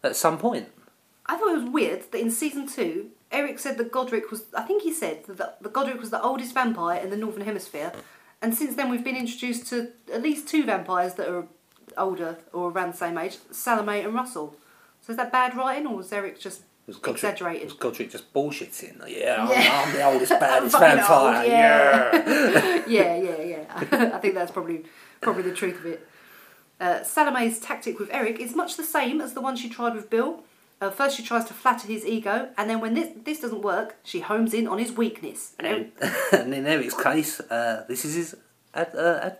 Speaker 1: at some point.
Speaker 2: I thought it was weird that in season two, Eric said that Godric was, I think he said that the, the Godric was the oldest vampire in the Northern Hemisphere. And since then, we've been introduced to at least two vampires that are older or around the same age Salome and Russell. So is that bad writing, or was Eric just
Speaker 1: Was Godric,
Speaker 2: exaggerating?
Speaker 1: Was Godric just bullshitting? Yeah,
Speaker 2: Yeah.
Speaker 1: I'm, I'm the oldest, baddest
Speaker 2: fucking old,
Speaker 1: vampire.
Speaker 2: yeah.
Speaker 1: yeah.
Speaker 2: yeah, yeah, yeah. I think that's probably probably the truth of it. Uh, Salome's tactic with Eric is much the same as the one she tried with Bill. Uh, first, she tries to flatter his ego, and then when this, this doesn't work, she homes in on his weakness. And Eric,
Speaker 1: and in Eric's case, uh, this is his ad, uh, ad,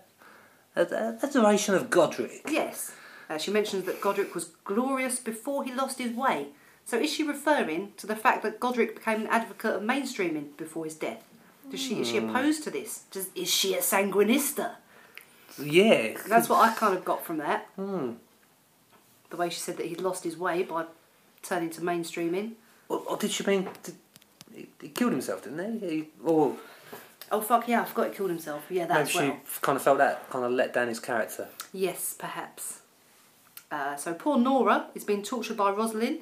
Speaker 1: ad, ad, adoration of Godric.
Speaker 2: yes, uh, she mentions that Godric was glorious before he lost his way. So, is she referring to the fact that Godric became an advocate of mainstreaming before his death? Does she, Is she opposed to this? Does, is she a sanguinista?
Speaker 1: Yeah,
Speaker 2: That's what I kind of got from that.
Speaker 1: Hmm.
Speaker 2: The way she said that he'd lost his way by turning to mainstreaming.
Speaker 1: Or, or did she mean? Did, he, he killed himself, didn't he? he or
Speaker 2: Oh fuck yeah, I forgot he killed himself. Yeah, that's
Speaker 1: Maybe
Speaker 2: well.
Speaker 1: she kind of felt that kind of let down his character.
Speaker 2: Yes, perhaps. Uh, so poor Nora is being tortured by Rosalind,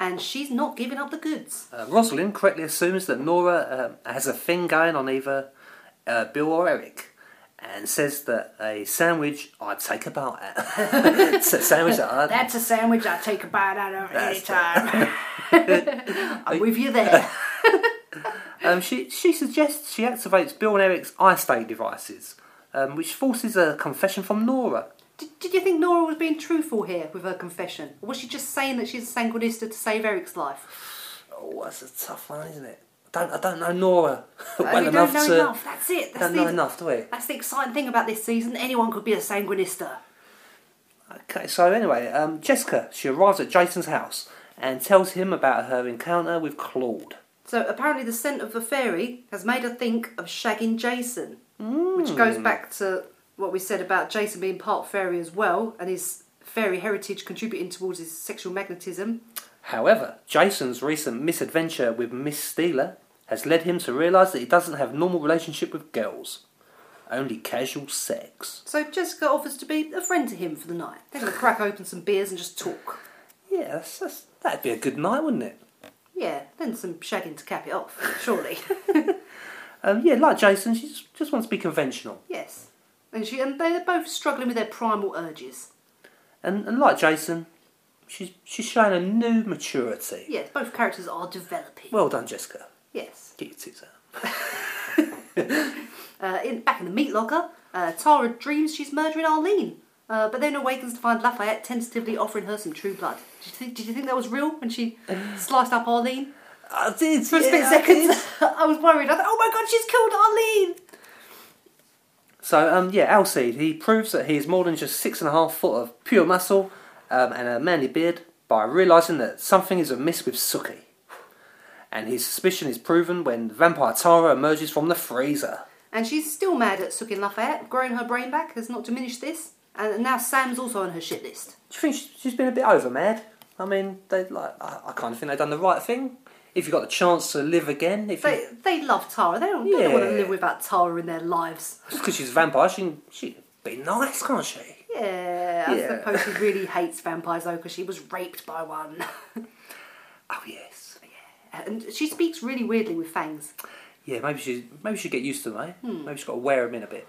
Speaker 2: and she's not giving up the goods.
Speaker 1: Uh, Rosalind correctly assumes that Nora um, has a thing going on either uh, Bill or Eric, and says that a sandwich I'd take about it. it's a sandwich that I'd
Speaker 2: That's a sandwich I take a bite out of any
Speaker 1: That's
Speaker 2: time. I'm with you there.
Speaker 1: Um, she, she suggests she activates Bill and Eric's iStay devices, um, which forces a confession from Nora.
Speaker 2: Did, did you think Nora was being truthful here with her confession? Or was she just saying that she's a Sanguinista to save Eric's life?
Speaker 1: Oh, that's a tough one, isn't it? I don't, I don't know Nora
Speaker 2: Oh,
Speaker 1: well
Speaker 2: we
Speaker 1: enough
Speaker 2: don't know
Speaker 1: to.
Speaker 2: enough. That's it. That's
Speaker 1: Don't
Speaker 2: the,
Speaker 1: know enough, do we?
Speaker 2: that's the exciting thing about this season. Anyone could be a Sanguinista.
Speaker 1: Okay, so anyway, um, Jessica, she arrives at Jason's house and tells him about her encounter with Claude.
Speaker 2: So apparently, the scent of the fairy has made her think of shagging Jason, which goes back to what we said about Jason being part fairy as well, and his fairy heritage contributing towards his sexual magnetism.
Speaker 1: However, Jason's recent misadventure with Miss Steeler has led him to realise that he doesn't have normal relationship with girls, only casual sex.
Speaker 2: So Jessica offers to be a friend to him for the night. They're going to crack open some beers and just talk.
Speaker 1: Yeah, that's, that's, that'd be a good night, wouldn't it?
Speaker 2: Yeah, then some shagging to cap it off, surely.
Speaker 1: Um, yeah, like Jason, she just, just wants to be conventional.
Speaker 2: yes. And she and they're both struggling with their primal urges.
Speaker 1: And, and like Jason, she's, she's showing a new maturity.
Speaker 2: Yes, both characters are developing.
Speaker 1: Well done, Jessica.
Speaker 2: Yes.
Speaker 1: Get your tits out.
Speaker 2: Uh, in, back in the meat locker, uh, Tara dreams she's murdering Arlene, uh, but then awakens to find Lafayette tentatively offering her some true blood. Did you think, did you think that was real when she sliced up Arlene?
Speaker 1: I did.
Speaker 2: For a split second, I was worried. I thought, oh my god, she's killed Arlene!
Speaker 1: So, um, yeah, Alcide, he proves that he is more than just six and a half foot of pure muscle um, and a manly beard by realising that something is amiss with Suki. And his suspicion is proven when Vampire Tara emerges from the freezer.
Speaker 2: And she's still mad at Sukin Lafayette. Growing her brain back has not diminished this. And now Sam's also on her shit list.
Speaker 1: Do you think she- she's been a bit over mad? I mean, they like. I, I kind of think they've done the right thing. If you got the chance to live again, if
Speaker 2: They,
Speaker 1: you,
Speaker 2: they love Tara. They don't, they don't want to
Speaker 1: Yeah.
Speaker 2: live without Tara in their lives.
Speaker 1: just because she's a vampire, she can- she can be nice, can't she?
Speaker 2: Yeah,
Speaker 1: Yeah.
Speaker 2: I suppose she really hates vampires though because she was raped by one.
Speaker 1: Oh yes.
Speaker 2: and she speaks really weirdly with fangs.
Speaker 1: Yeah, maybe she maybe she get used to them, eh? Maybe she's got to wear them in a bit.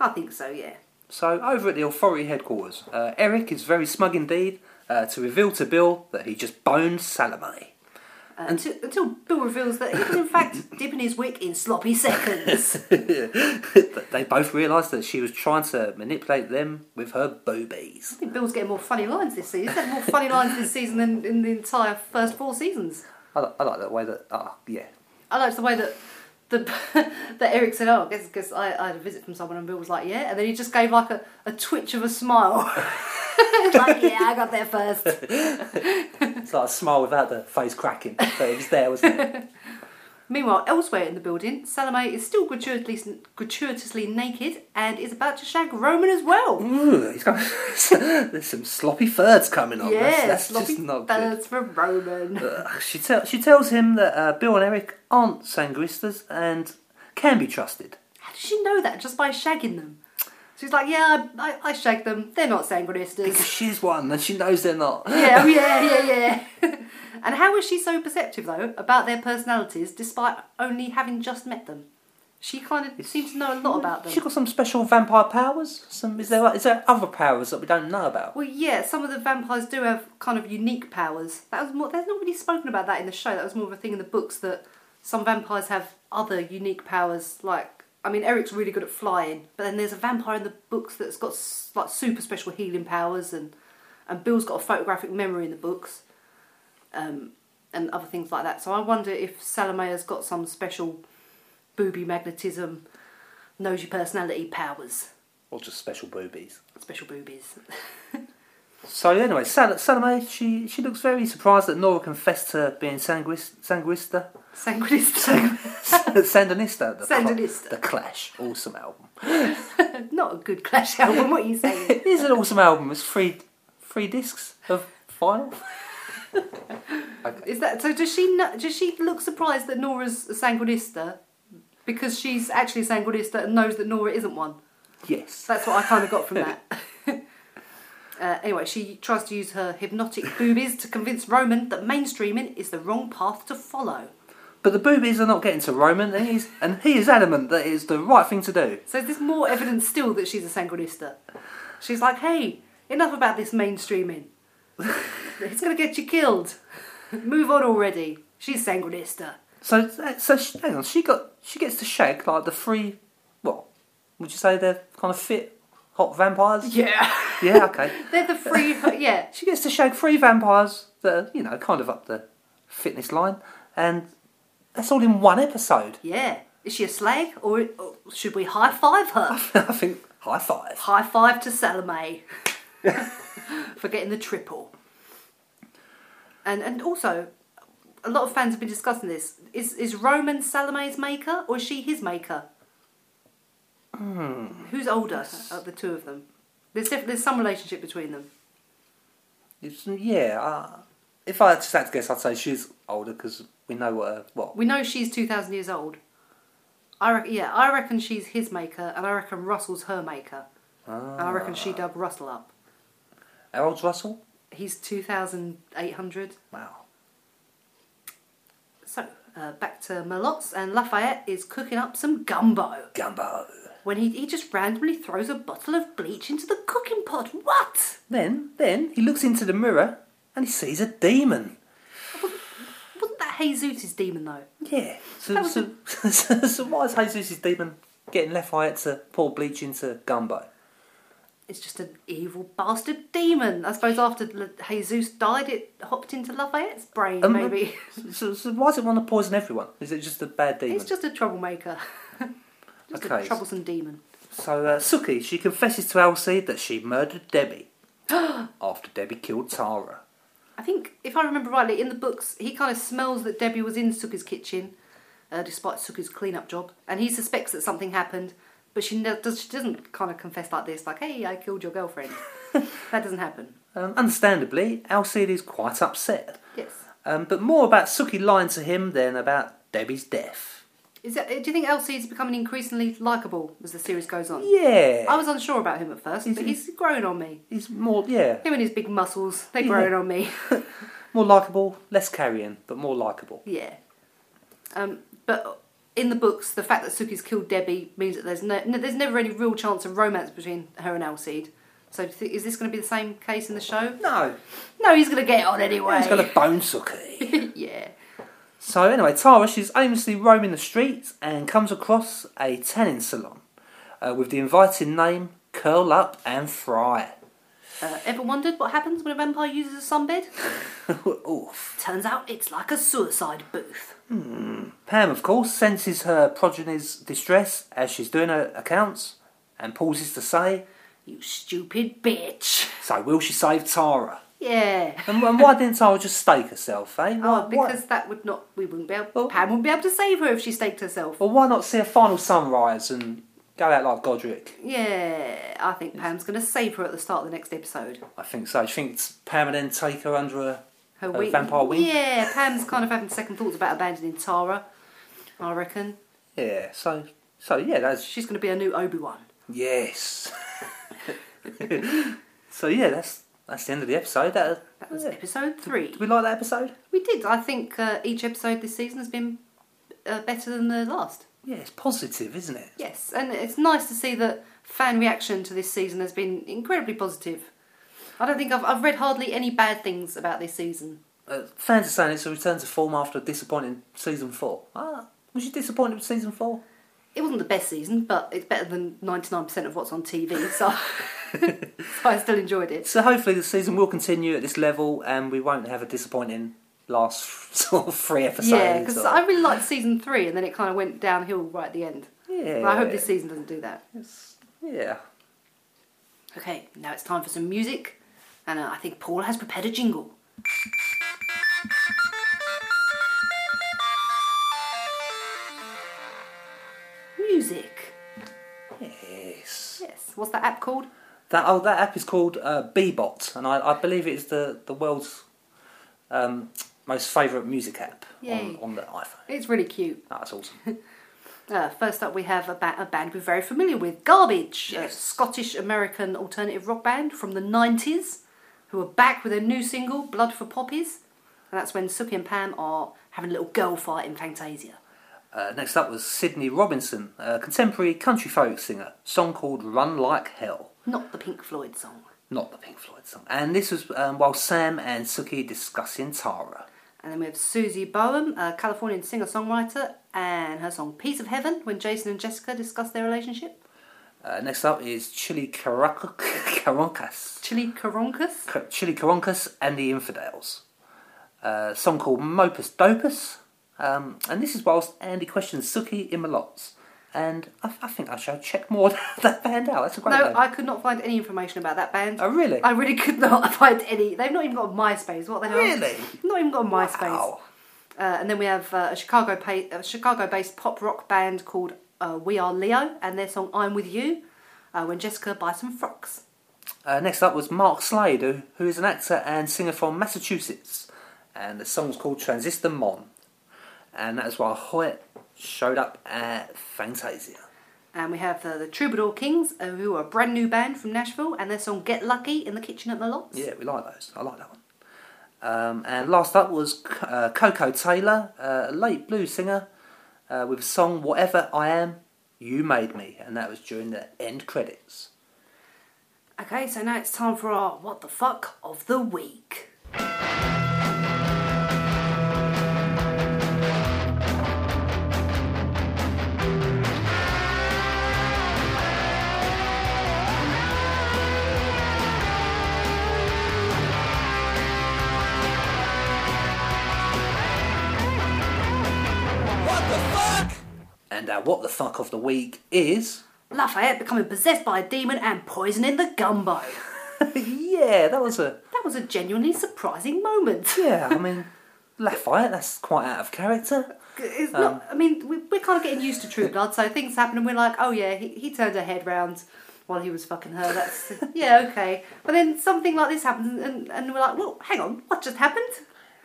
Speaker 2: I think so, yeah.
Speaker 1: So, over at the authority headquarters, uh, Eric is very smug indeed uh, to reveal to Bill that he just boned Salome.
Speaker 2: Uh, until, until Bill reveals that he was in fact dipping his wick in sloppy seconds.
Speaker 1: But they both realise that she was trying to manipulate them with her boobies.
Speaker 2: I think Bill's getting more funny lines this season. He's had more funny lines this season than in the entire first four seasons.
Speaker 1: I, li- I like that way that. Ah, yeah.
Speaker 2: I liked the way that the that Eric said, "Oh, I guess, guess I, I had a visit from someone," and Bill was like, "Yeah," and then he just gave like a, a twitch of a smile. like, yeah, I got there first.
Speaker 1: It's like a smile without the face cracking, but it was there, wasn't it?
Speaker 2: Meanwhile, elsewhere in the building, Salome is still gratuitously gratuitously naked and is about to shag Roman as well.
Speaker 1: Ooh, he's got, there's some sloppy thirds coming on.
Speaker 2: yeah,
Speaker 1: Oh, that's, that's
Speaker 2: sloppy
Speaker 1: just not good.
Speaker 2: birds for Roman.
Speaker 1: Ugh, she, tell, she tells him that uh, Bill and Eric aren't sanguistas and can be trusted.
Speaker 2: How does she know that just by shagging them? She's like, "Yeah, I, I, I shagged them. They're not sanguinistas."
Speaker 1: Because she's one and she knows they're not.
Speaker 2: yeah, oh, yeah, yeah, yeah. and how is she so perceptive though about their personalities, despite only having just met them? She kind of seems to know a lot about
Speaker 1: She
Speaker 2: them.
Speaker 1: got some special vampire powers. Some is there is there other powers that we don't know about?
Speaker 2: Well, yeah, some of the vampires do have kind of unique powers. That was more. There's not really spoken about that in the show. That was more of a thing in the books that some vampires have other unique powers. Like, I mean, Eric's really good at flying, but then there's a vampire in the books that's got s- like super special healing powers, and and Bill's got a photographic memory in the books. um, and other things like that. So I wonder if Salome has got some special booby magnetism, knows your personality powers,
Speaker 1: Or just special boobies.
Speaker 2: special boobies.
Speaker 1: So anyway, Sal- Salome she she looks very surprised that Nora confessed to being sanguis- sanguista,
Speaker 2: Sanguinista.
Speaker 1: sandinista. The cla-
Speaker 2: Sandinista.
Speaker 1: the Clash, awesome album.
Speaker 2: Not a good Clash album, what are you saying?
Speaker 1: It is an awesome album. It's three three discs of vinyl.
Speaker 2: Is that so? Does she kn- does she look surprised that Nora's a Sanguinista because she's actually a Sanguinista and knows that Nora isn't one?
Speaker 1: Yes.
Speaker 2: That's what I kind of got from that. Uh, anyway, she tries to use her hypnotic boobies to convince Roman that mainstreaming is the wrong path to follow.
Speaker 1: But the boobies are not getting to Roman, and, he's, and he is adamant that it's the right thing to do.
Speaker 2: So there's more evidence still that she's a sanguinista. She's like, hey, enough about this mainstreaming. it's going to get you killed. Move on already. She's sanguinista.
Speaker 1: So, so she, hang on, she got she gets to shag like the three. Well, would you say they're kind of fit, hot vampires?
Speaker 2: Yeah.
Speaker 1: Yeah, okay.
Speaker 2: They're the free, yeah.
Speaker 1: She gets to shag three vampires that are, you know, kind of up the fitness line, and that's all in one episode.
Speaker 2: Yeah. Is she a slag or, or should we high five her?
Speaker 1: I think high five.
Speaker 2: High five to Salome for getting the triple. And and also, a lot of fans have been discussing this. Is is Roman Salome's maker or is she his maker? Who's older of the two of them? There's def- there's some relationship between them.
Speaker 1: It's, yeah, uh, if I just had to guess, I'd say she's older because we know what her, what
Speaker 2: We know she's two thousand years old. I reckon, yeah, I reckon she's his maker, and I reckon Russell's her maker. And I reckon she dug Russell up.
Speaker 1: how old's Russell?
Speaker 2: He's two thousand eight hundred.
Speaker 1: Wow.
Speaker 2: So, uh, back to Merlot's, and Lafayette is cooking up some gumbo
Speaker 1: Gumbo.
Speaker 2: when he, he just randomly throws a bottle of bleach into the cooking pot. What?
Speaker 1: Then, then he looks into the mirror and he sees a demon.
Speaker 2: Wasn't that Jesus' demon, though?
Speaker 1: Yeah. So,
Speaker 2: That was
Speaker 1: so, so, why is Jesus' demon getting left eye to pour bleach into gumbo?
Speaker 2: It's just an evil bastard demon. I suppose after L- Jesus died, it hopped into Lafayette's brain,
Speaker 1: Um,
Speaker 2: maybe.
Speaker 1: So, so why does it want to poison everyone? Is it just a bad demon?
Speaker 2: He's just a troublemaker. just
Speaker 1: Okay.
Speaker 2: a troublesome demon.
Speaker 1: So uh, Suki, she confesses to Elsie that she murdered Debbie after Debbie killed Tara.
Speaker 2: I think, if I remember rightly, in the books, he kind of smells that Debbie was in Suki's kitchen, uh, despite Suki's clean-up job, and he suspects that something happened, but she, ne- does, she doesn't kind of confess like this, like, hey, I killed your girlfriend. that doesn't happen.
Speaker 1: Um, understandably, Alcide is quite upset.
Speaker 2: Yes.
Speaker 1: Um, but more about Suki lying to him than about Debbie's death.
Speaker 2: Is that, do you think Elsie is becoming increasingly likeable as the series goes on?
Speaker 1: Yeah. Mm-hmm.
Speaker 2: I was unsure about him at first,
Speaker 1: Is
Speaker 2: but
Speaker 1: he-
Speaker 2: he's grown on me.
Speaker 1: He's more, yeah,
Speaker 2: Him and his big muscles, they've
Speaker 1: Yeah.
Speaker 2: grown on me.
Speaker 1: more likable, less carrying, but more likable.
Speaker 2: Yeah. Um, but in the books, the fact that Suki's killed Debbie means that there's no, no there's never any real chance of romance between her and Alcide. So do you think- is this going to be the same case in the show?
Speaker 1: No,
Speaker 2: No, he's going to get on anyway.
Speaker 1: he's got a bone Suki.
Speaker 2: yeah.
Speaker 1: So anyway, Tara she's aimlessly roaming the streets and comes across a tanning salon uh, with the inviting name Curl Up and Fry.
Speaker 2: Uh, ever wondered what happens when a vampire uses a sunbed?
Speaker 1: Oof.
Speaker 2: Turns out it's like a suicide booth.
Speaker 1: Pam, of course, senses her progeny's distress as she's doing her accounts and pauses to say,
Speaker 2: You stupid bitch.
Speaker 1: "So will she save Tara?"
Speaker 2: Yeah.
Speaker 1: And, and why didn't Tara just stake herself, eh? Why,
Speaker 2: Oh, because that would not. We wouldn't be able.
Speaker 1: Well-
Speaker 2: Pam wouldn't be able to save her if she staked herself.
Speaker 1: why, well, why not see a final sunrise and go out like Godric?
Speaker 2: Yeah, I think Pam's going to save her at the start of the next episode.
Speaker 1: I think so. Do you think Pam would then take her under a,
Speaker 2: Her
Speaker 1: a
Speaker 2: wing.
Speaker 1: vampire wing?
Speaker 2: Yeah, Pam's kind of having second thoughts about abandoning Tara. I reckon
Speaker 1: Yeah. So, so yeah, that's
Speaker 2: she's going to be a new Obi Wan.
Speaker 1: Yes. so yeah, that's that's the end of the episode. That,
Speaker 2: That was
Speaker 1: yeah.
Speaker 2: episode three.
Speaker 1: Did we like that episode?
Speaker 2: We did. I think uh, each episode this season has been uh, better than the last.
Speaker 1: Yeah, it's positive, isn't it?
Speaker 2: Yes, and it's nice to see that fan reaction to this season has been incredibly positive. I don't think I've, I've read hardly any bad things about this season.
Speaker 1: Uh, fans are saying it's a return to form after a disappointing season four. Ah, was you disappointed with season four?
Speaker 2: It wasn't the best season, but it's better than 99% of what's on TV, so, so I still enjoyed it.
Speaker 1: So hopefully the season will continue at this level, and we won't have a disappointing last sort of three episodes.
Speaker 2: Yeah, because
Speaker 1: or-
Speaker 2: I really liked season three, and then it kind of went downhill right at the end.
Speaker 1: yeah.
Speaker 2: But I hope this season doesn't do that.
Speaker 1: It's- yeah.
Speaker 2: Okay, now it's time for some music, and uh, I think Paul has prepared a jingle. Music.
Speaker 1: Yes.
Speaker 2: Yes. What's that app called?
Speaker 1: That oh, that app is called uh, Bebot, and I, I believe it is the the world's um, most favourite music app on,
Speaker 2: Yay.
Speaker 1: on the iPhone.
Speaker 2: It's really cute.
Speaker 1: That's awesome.
Speaker 2: Uh, first up, we have a, ba- a band we're very familiar with, Garbage, a
Speaker 1: Yes.
Speaker 2: Scottish American alternative rock band from the 90s, who are back with their new single, Blood for Poppies. And that's when Suki and Pam are having a little girl fight in Fantasia.
Speaker 1: Uh, next up was Sydney Robinson, a contemporary country folk singer, song called Run Like Hell,
Speaker 2: Not the Pink Floyd song.
Speaker 1: not the Pink Floyd song. And this was um, while Sam and Suki discussing Tara.
Speaker 2: And then we have Susie Boehm, a Californian singer songwriter, and her song Piece of Heaven when Jason and Jessica discuss their relationship.
Speaker 1: Uh, next up is Chili Carac- Carancas.
Speaker 2: Chili Coroncus.
Speaker 1: Ca- Chili Carancas and the Infidels. Uh, a song called Mopus Dopus. Um, and this is whilst Andy questions Suki in Malots. And I, I think I shall check more that band out. That's a great
Speaker 2: No,
Speaker 1: name.
Speaker 2: I could not find any information about that band.
Speaker 1: Oh, really?
Speaker 2: I really could not find any. They've not even got a MySpace. What the hell?
Speaker 1: Really?
Speaker 2: Not even got a MySpace.
Speaker 1: Wow.
Speaker 2: Uh, and then we have uh, a Chicago pa- a Chicago-based pop rock band called uh, We Are Leo, and their song "I'm with You." Uh, when Jessica buys some frocks.
Speaker 1: Uh, next up was Mark Slade, who, who is an actor and singer from Massachusetts. And the song's called Transistor Mon. And that is why Hoyt showed up at Fantasia.
Speaker 2: And we have uh, the Troubadour Kings, uh, who are a brand new band from Nashville, and their song "Get Lucky" in the kitchen at Malots.
Speaker 1: Yeah, we like those. I like that one. Um, and last up was C- uh, Coco Taylor, uh, a late blues singer, uh, with a song Whatever I Am, You Made Me. And that was during the end credits.
Speaker 2: Okay, so now it's time for our what the fuck of the week.
Speaker 1: And our What the Fuck of the Week is.
Speaker 2: Lafayette becoming possessed by a demon and poisoning the gumbo.
Speaker 1: yeah, that was a.
Speaker 2: That was a genuinely surprising moment.
Speaker 1: Yeah, I mean, Lafayette, that's quite out of character.
Speaker 2: It's
Speaker 1: Um,
Speaker 2: not. I mean, we, we're kind of getting used to True Blood, so things happen, and we're like, oh yeah, he, he turned her head round while he was fucking her. That's yeah, okay. But then something like this happens, and, and we're like, well, hang on, what just happened?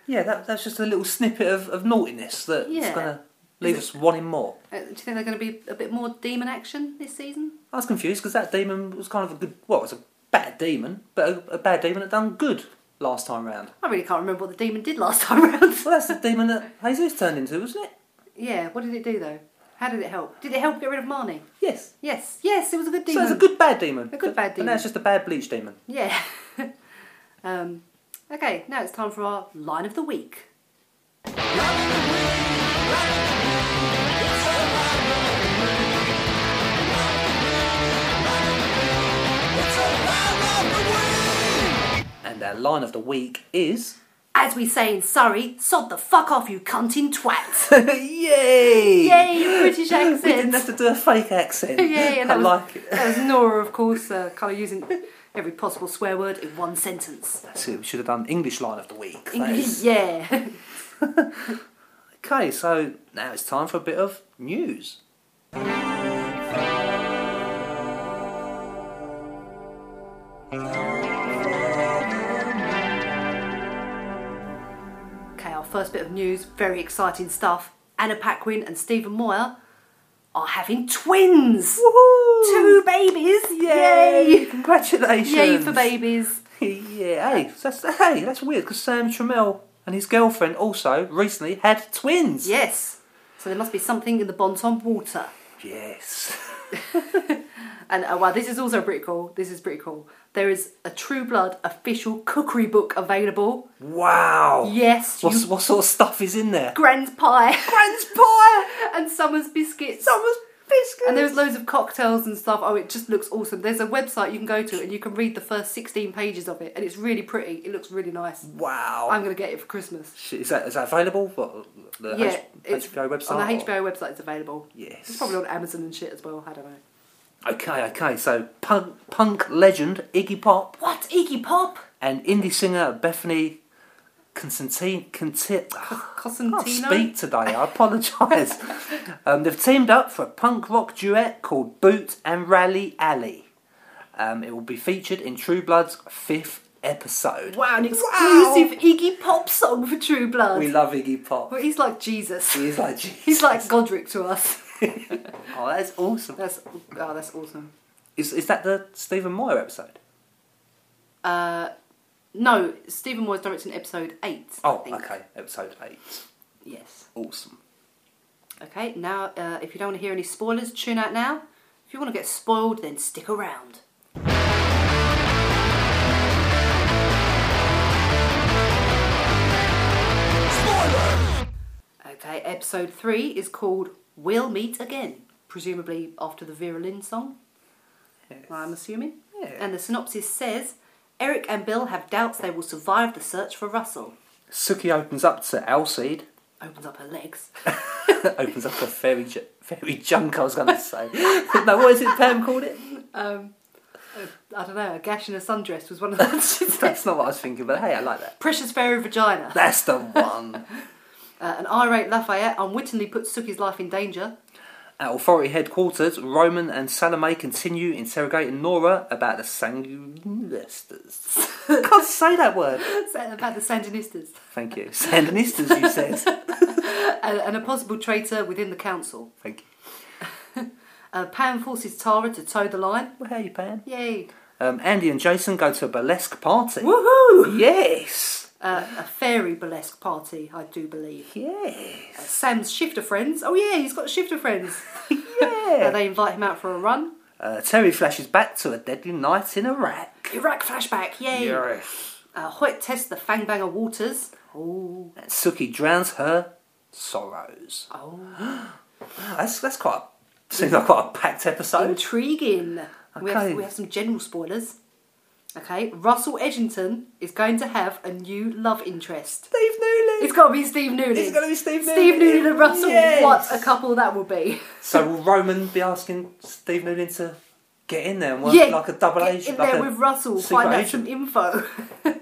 Speaker 1: Yeah, that, that's just a little snippet of, of naughtiness that's
Speaker 2: Yeah.
Speaker 1: going to leave us wanting more.
Speaker 2: Uh, do you think they're going to be a bit more demon action this season?
Speaker 1: I was confused because that demon was kind of a good. Well, it was a bad demon, but a, a bad demon that done good last time round.
Speaker 2: I really can't remember what the demon did last time round.
Speaker 1: Well, that's the demon that Jesus turned into, wasn't it?
Speaker 2: yeah, what did it do though? How did it help? Did it help get rid of Marnie?
Speaker 1: Yes.
Speaker 2: Yes, yes, it was a good
Speaker 1: So
Speaker 2: demon.
Speaker 1: it's a good bad demon.
Speaker 2: A good bad
Speaker 1: And
Speaker 2: demon.
Speaker 1: now it's just a bad bleach demon.
Speaker 2: Yeah. um, okay, now it's time for our line of the week.
Speaker 1: And our line of the week is.
Speaker 2: As we say in Surrey, sod the fuck off, you cunting twat.
Speaker 1: Yay!
Speaker 2: Yay, British accent.
Speaker 1: We didn't have to do a fake accent.
Speaker 2: Yay, and
Speaker 1: I
Speaker 2: that was,
Speaker 1: like it.
Speaker 2: That was Nora, of course, uh, kind of using every possible swear word in one sentence.
Speaker 1: So we should have done English line of the week. That
Speaker 2: English,
Speaker 1: is-
Speaker 2: yeah.
Speaker 1: Okay, so now it's time for a bit of news.
Speaker 2: Okay, our first bit of news, very exciting stuff. Anna Paquin and Stephen Moyer are having twins.
Speaker 1: Woohoo!
Speaker 2: Two babies.
Speaker 1: Yay!
Speaker 2: Yay!
Speaker 1: Congratulations!
Speaker 2: Yay for babies.
Speaker 1: yeah, hey, that's hey, that's weird because Sam Trammell and his girlfriend also recently had twins.
Speaker 2: Yes. So there must be something in the Bonton water.
Speaker 1: Yes.
Speaker 2: And oh wow, this is also pretty cool. This is pretty cool. There is a True Blood official cookery book available.
Speaker 1: Wow.
Speaker 2: Yes,
Speaker 1: What's,
Speaker 2: you
Speaker 1: what sort of stuff is in there?
Speaker 2: grand pie
Speaker 1: Grand's pie.
Speaker 2: and summer's biscuits.
Speaker 1: Summer's biscuits.
Speaker 2: And there's loads of cocktails and stuff. Oh, it just looks awesome. There's a website you can go to and you can read the first 16 pages of it, and it's really pretty. It looks really nice.
Speaker 1: wow.
Speaker 2: I'm going to get it for Christmas.
Speaker 1: Shit, is that is that available? What, the
Speaker 2: yeah,
Speaker 1: H-
Speaker 2: it's
Speaker 1: HBO website.
Speaker 2: on the
Speaker 1: or-
Speaker 2: HBO website. It's available.
Speaker 1: Yes.
Speaker 2: it's probably on Amazon and shit as well. I don't know.
Speaker 1: Okay, okay. So punk punk legend Iggy Pop
Speaker 2: What Iggy Pop?
Speaker 1: and indie singer Bethany Constantine Conti-
Speaker 2: Cosentino.
Speaker 1: can't speak today. I apologise. um, they've teamed up for a punk rock duet called Boot and Rally Alley. Um, it will be featured in True Blood's fifth episode.
Speaker 2: Wow, an exclusive Iggy Pop song for True Blood.
Speaker 1: We love Iggy Pop.
Speaker 2: well, he's like Jesus.
Speaker 1: He's like, "Gee."
Speaker 2: He's like Godric to us.
Speaker 1: oh, that's awesome.
Speaker 2: That's oh, that's awesome.
Speaker 1: Is, is that the Stephen Moyer episode?
Speaker 2: Uh, No, Stephen Moore's directing episode eight. I
Speaker 1: Oh,
Speaker 2: think.
Speaker 1: okay. Episode 8.
Speaker 2: Yes.
Speaker 1: Awesome.
Speaker 2: Okay, now uh, if you don't want to hear any spoilers, tune out now. If you want to get spoiled, then stick around. Okay, episode three is called We'll Meet Again, presumably after the Vera Lynn song, I'm assuming.
Speaker 1: Yeah.
Speaker 2: And the synopsis says Eric and Bill have doubts they will survive the search for Russell.
Speaker 1: Suki opens up to Alcide.
Speaker 2: Opens up her legs.
Speaker 1: opens up a fairy, ju- fairy junk, I was going to say. no, what is it Pam called it?
Speaker 2: Um, a- I don't know, a gash in a sundress was one of the
Speaker 1: That's not what I was thinking, but hey, I like that.
Speaker 2: Precious fairy vagina.
Speaker 1: That's the one.
Speaker 2: Uh, an irate Lafayette unwittingly puts Suki's life in danger.
Speaker 1: At authority headquarters, Roman and Salome continue interrogating Nora about the Sandinistas. Can't say that word.
Speaker 2: It's About the Sandinistas.
Speaker 1: Thank you. Sandinistas, you said.
Speaker 2: Uh, And, and a possible traitor within the council.
Speaker 1: Thank you.
Speaker 2: Uh, Pam forces Tara to toe the line.
Speaker 1: Well, how you, Pam?
Speaker 2: Yay.
Speaker 1: Um, Andy and Jason go to a burlesque party.
Speaker 2: Woohoo!
Speaker 1: Yes.
Speaker 2: Uh, a fairy burlesque party, I do believe. Uh,
Speaker 1: Yes.
Speaker 2: Sam's shifter friends. Oh, yeah, he's got shifter friends. Uh,
Speaker 1: Yeah.
Speaker 2: they invite him out for a run.
Speaker 1: Uh, Terry flashes back to a deadly night in Iraq.
Speaker 2: Iraq flashback, yay!
Speaker 1: Yes.
Speaker 2: Uh, Hoyt tests the Fangbanger waters. Oh,
Speaker 1: And Suki drowns her sorrows.
Speaker 2: oh.
Speaker 1: Wow, that's that's quite a, seems like quite a packed episode.
Speaker 2: Intriguing. We,
Speaker 1: Okay.
Speaker 2: have, we have some general spoilers. Okay, Russell Edgington is going to have a new love interest.
Speaker 1: Steve Newley.
Speaker 2: It's got to be Steve Noonan.
Speaker 1: It's gotta be Steve
Speaker 2: Steve
Speaker 1: Noonan.
Speaker 2: Noonan and Russell.
Speaker 1: Yes.
Speaker 2: What a couple that will be.
Speaker 1: So will Roman be asking Steve Noonan to get in there and work like a double
Speaker 2: get
Speaker 1: agent?
Speaker 2: in
Speaker 1: like
Speaker 2: there
Speaker 1: a
Speaker 2: with Russell,
Speaker 1: secret
Speaker 2: find out
Speaker 1: agent?
Speaker 2: some info.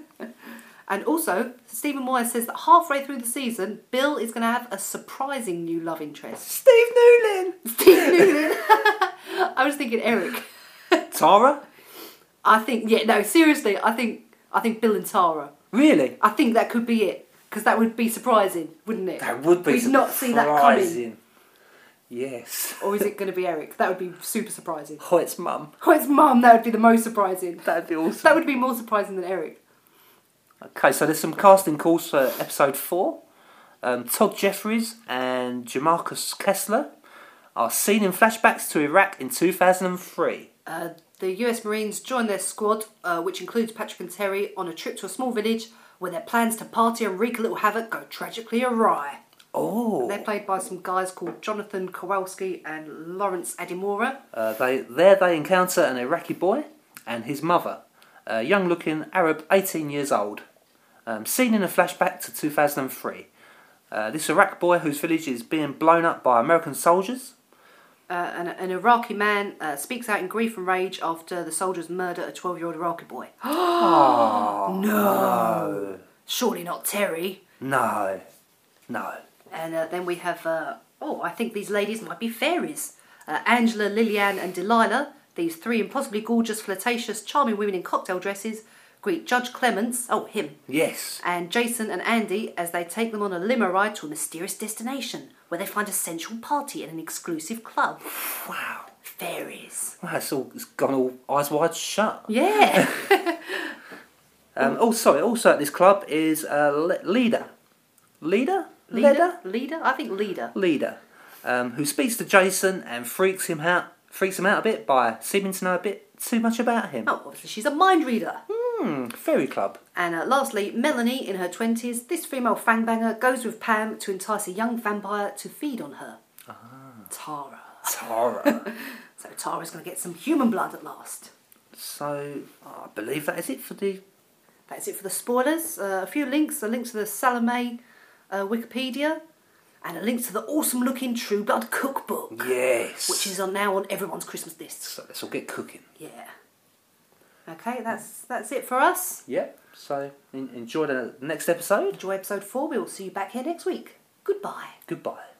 Speaker 2: and also, Stephen Moyer says that halfway through the season, Bill is going to have a surprising new love interest.
Speaker 1: Steve Noonan.
Speaker 2: Steve Noonan. I was thinking Eric.
Speaker 1: Tara?
Speaker 2: I think yeah. No, seriously, I think I think Bill and Tara.
Speaker 1: Really?
Speaker 2: I think that could be it because that would be surprising, wouldn't it?
Speaker 1: That would be
Speaker 2: We'd
Speaker 1: surprising.
Speaker 2: not see that coming.
Speaker 1: Yes.
Speaker 2: Or is it going to be Eric? That would be super surprising.
Speaker 1: Hoyt's mum.
Speaker 2: Oh, it's mum. That would be the most surprising.
Speaker 1: That'd be awesome.
Speaker 2: That would be more surprising than Eric.
Speaker 1: Okay, so there's some casting calls for episode four. Um, Todd Jeffries and Jamarcus Kessler are seen in flashbacks to Iraq in 2003.
Speaker 2: Uh, the U.S. Marines join their squad, uh, which includes Patrick and Terry, on a trip to a small village where their plans to party and wreak a little havoc go tragically awry. They're
Speaker 1: Oh,
Speaker 2: played by some guys called Jonathan Kowalski and Lawrence Adimora.
Speaker 1: uh, they there they encounter an Iraqi boy and his mother, a young-looking Arab, 18 years old, um, seen in a flashback to 2003. Uh, this Iraq boy, whose village is being blown up by American soldiers,
Speaker 2: Uh, an, an Iraqi man uh, speaks out in grief and rage after the soldiers murder a 12 year old Iraqi boy. Oh, no! Surely not Terry.
Speaker 1: no, no,
Speaker 2: And uh, then we have, uh, oh, I think these ladies might be fairies. Uh, Angela, Lillian, and Delilah, these three impossibly gorgeous, flirtatious, charming women in cocktail dresses, greet Judge Clements, oh, him,
Speaker 1: yes,
Speaker 2: and Jason and Andy as they take them on a limo ride to a mysterious destination where they find a sensual party in an exclusive club.
Speaker 1: wow,
Speaker 2: Fairies.
Speaker 1: wow, it's all it's gone all eyes wide shut.
Speaker 2: Yeah!
Speaker 1: Um, oh, sorry. Also at this club is a le- leader, leader,
Speaker 2: Leader? Leader? I think leader.
Speaker 1: leader, um, who speaks to Jason and freaks him out, freaks him out a bit by seeming to know a bit too much about him.
Speaker 2: Oh, obviously she's a mind reader.
Speaker 1: Hmm, fairy club.
Speaker 2: And uh, lastly, Melanie, in her 20s, this female fangbanger goes with Pam to entice a young vampire to feed on her. Tara.
Speaker 1: Tara.
Speaker 2: So Tara's going to get some human blood at last.
Speaker 1: so I believe that is it for the.
Speaker 2: That's it for the spoilers. Uh, a few links a link to the Salome uh, Wikipedia, and a link to the awesome looking True Blood cookbook,
Speaker 1: Yes.
Speaker 2: which is on now on everyone's Christmas list.
Speaker 1: So let's all get cooking.
Speaker 2: Yeah. Okay, that's that's it for us.
Speaker 1: Yep. So en- enjoy the next episode.
Speaker 2: Enjoy episode four. We will see you back here next week. Goodbye.
Speaker 1: Goodbye.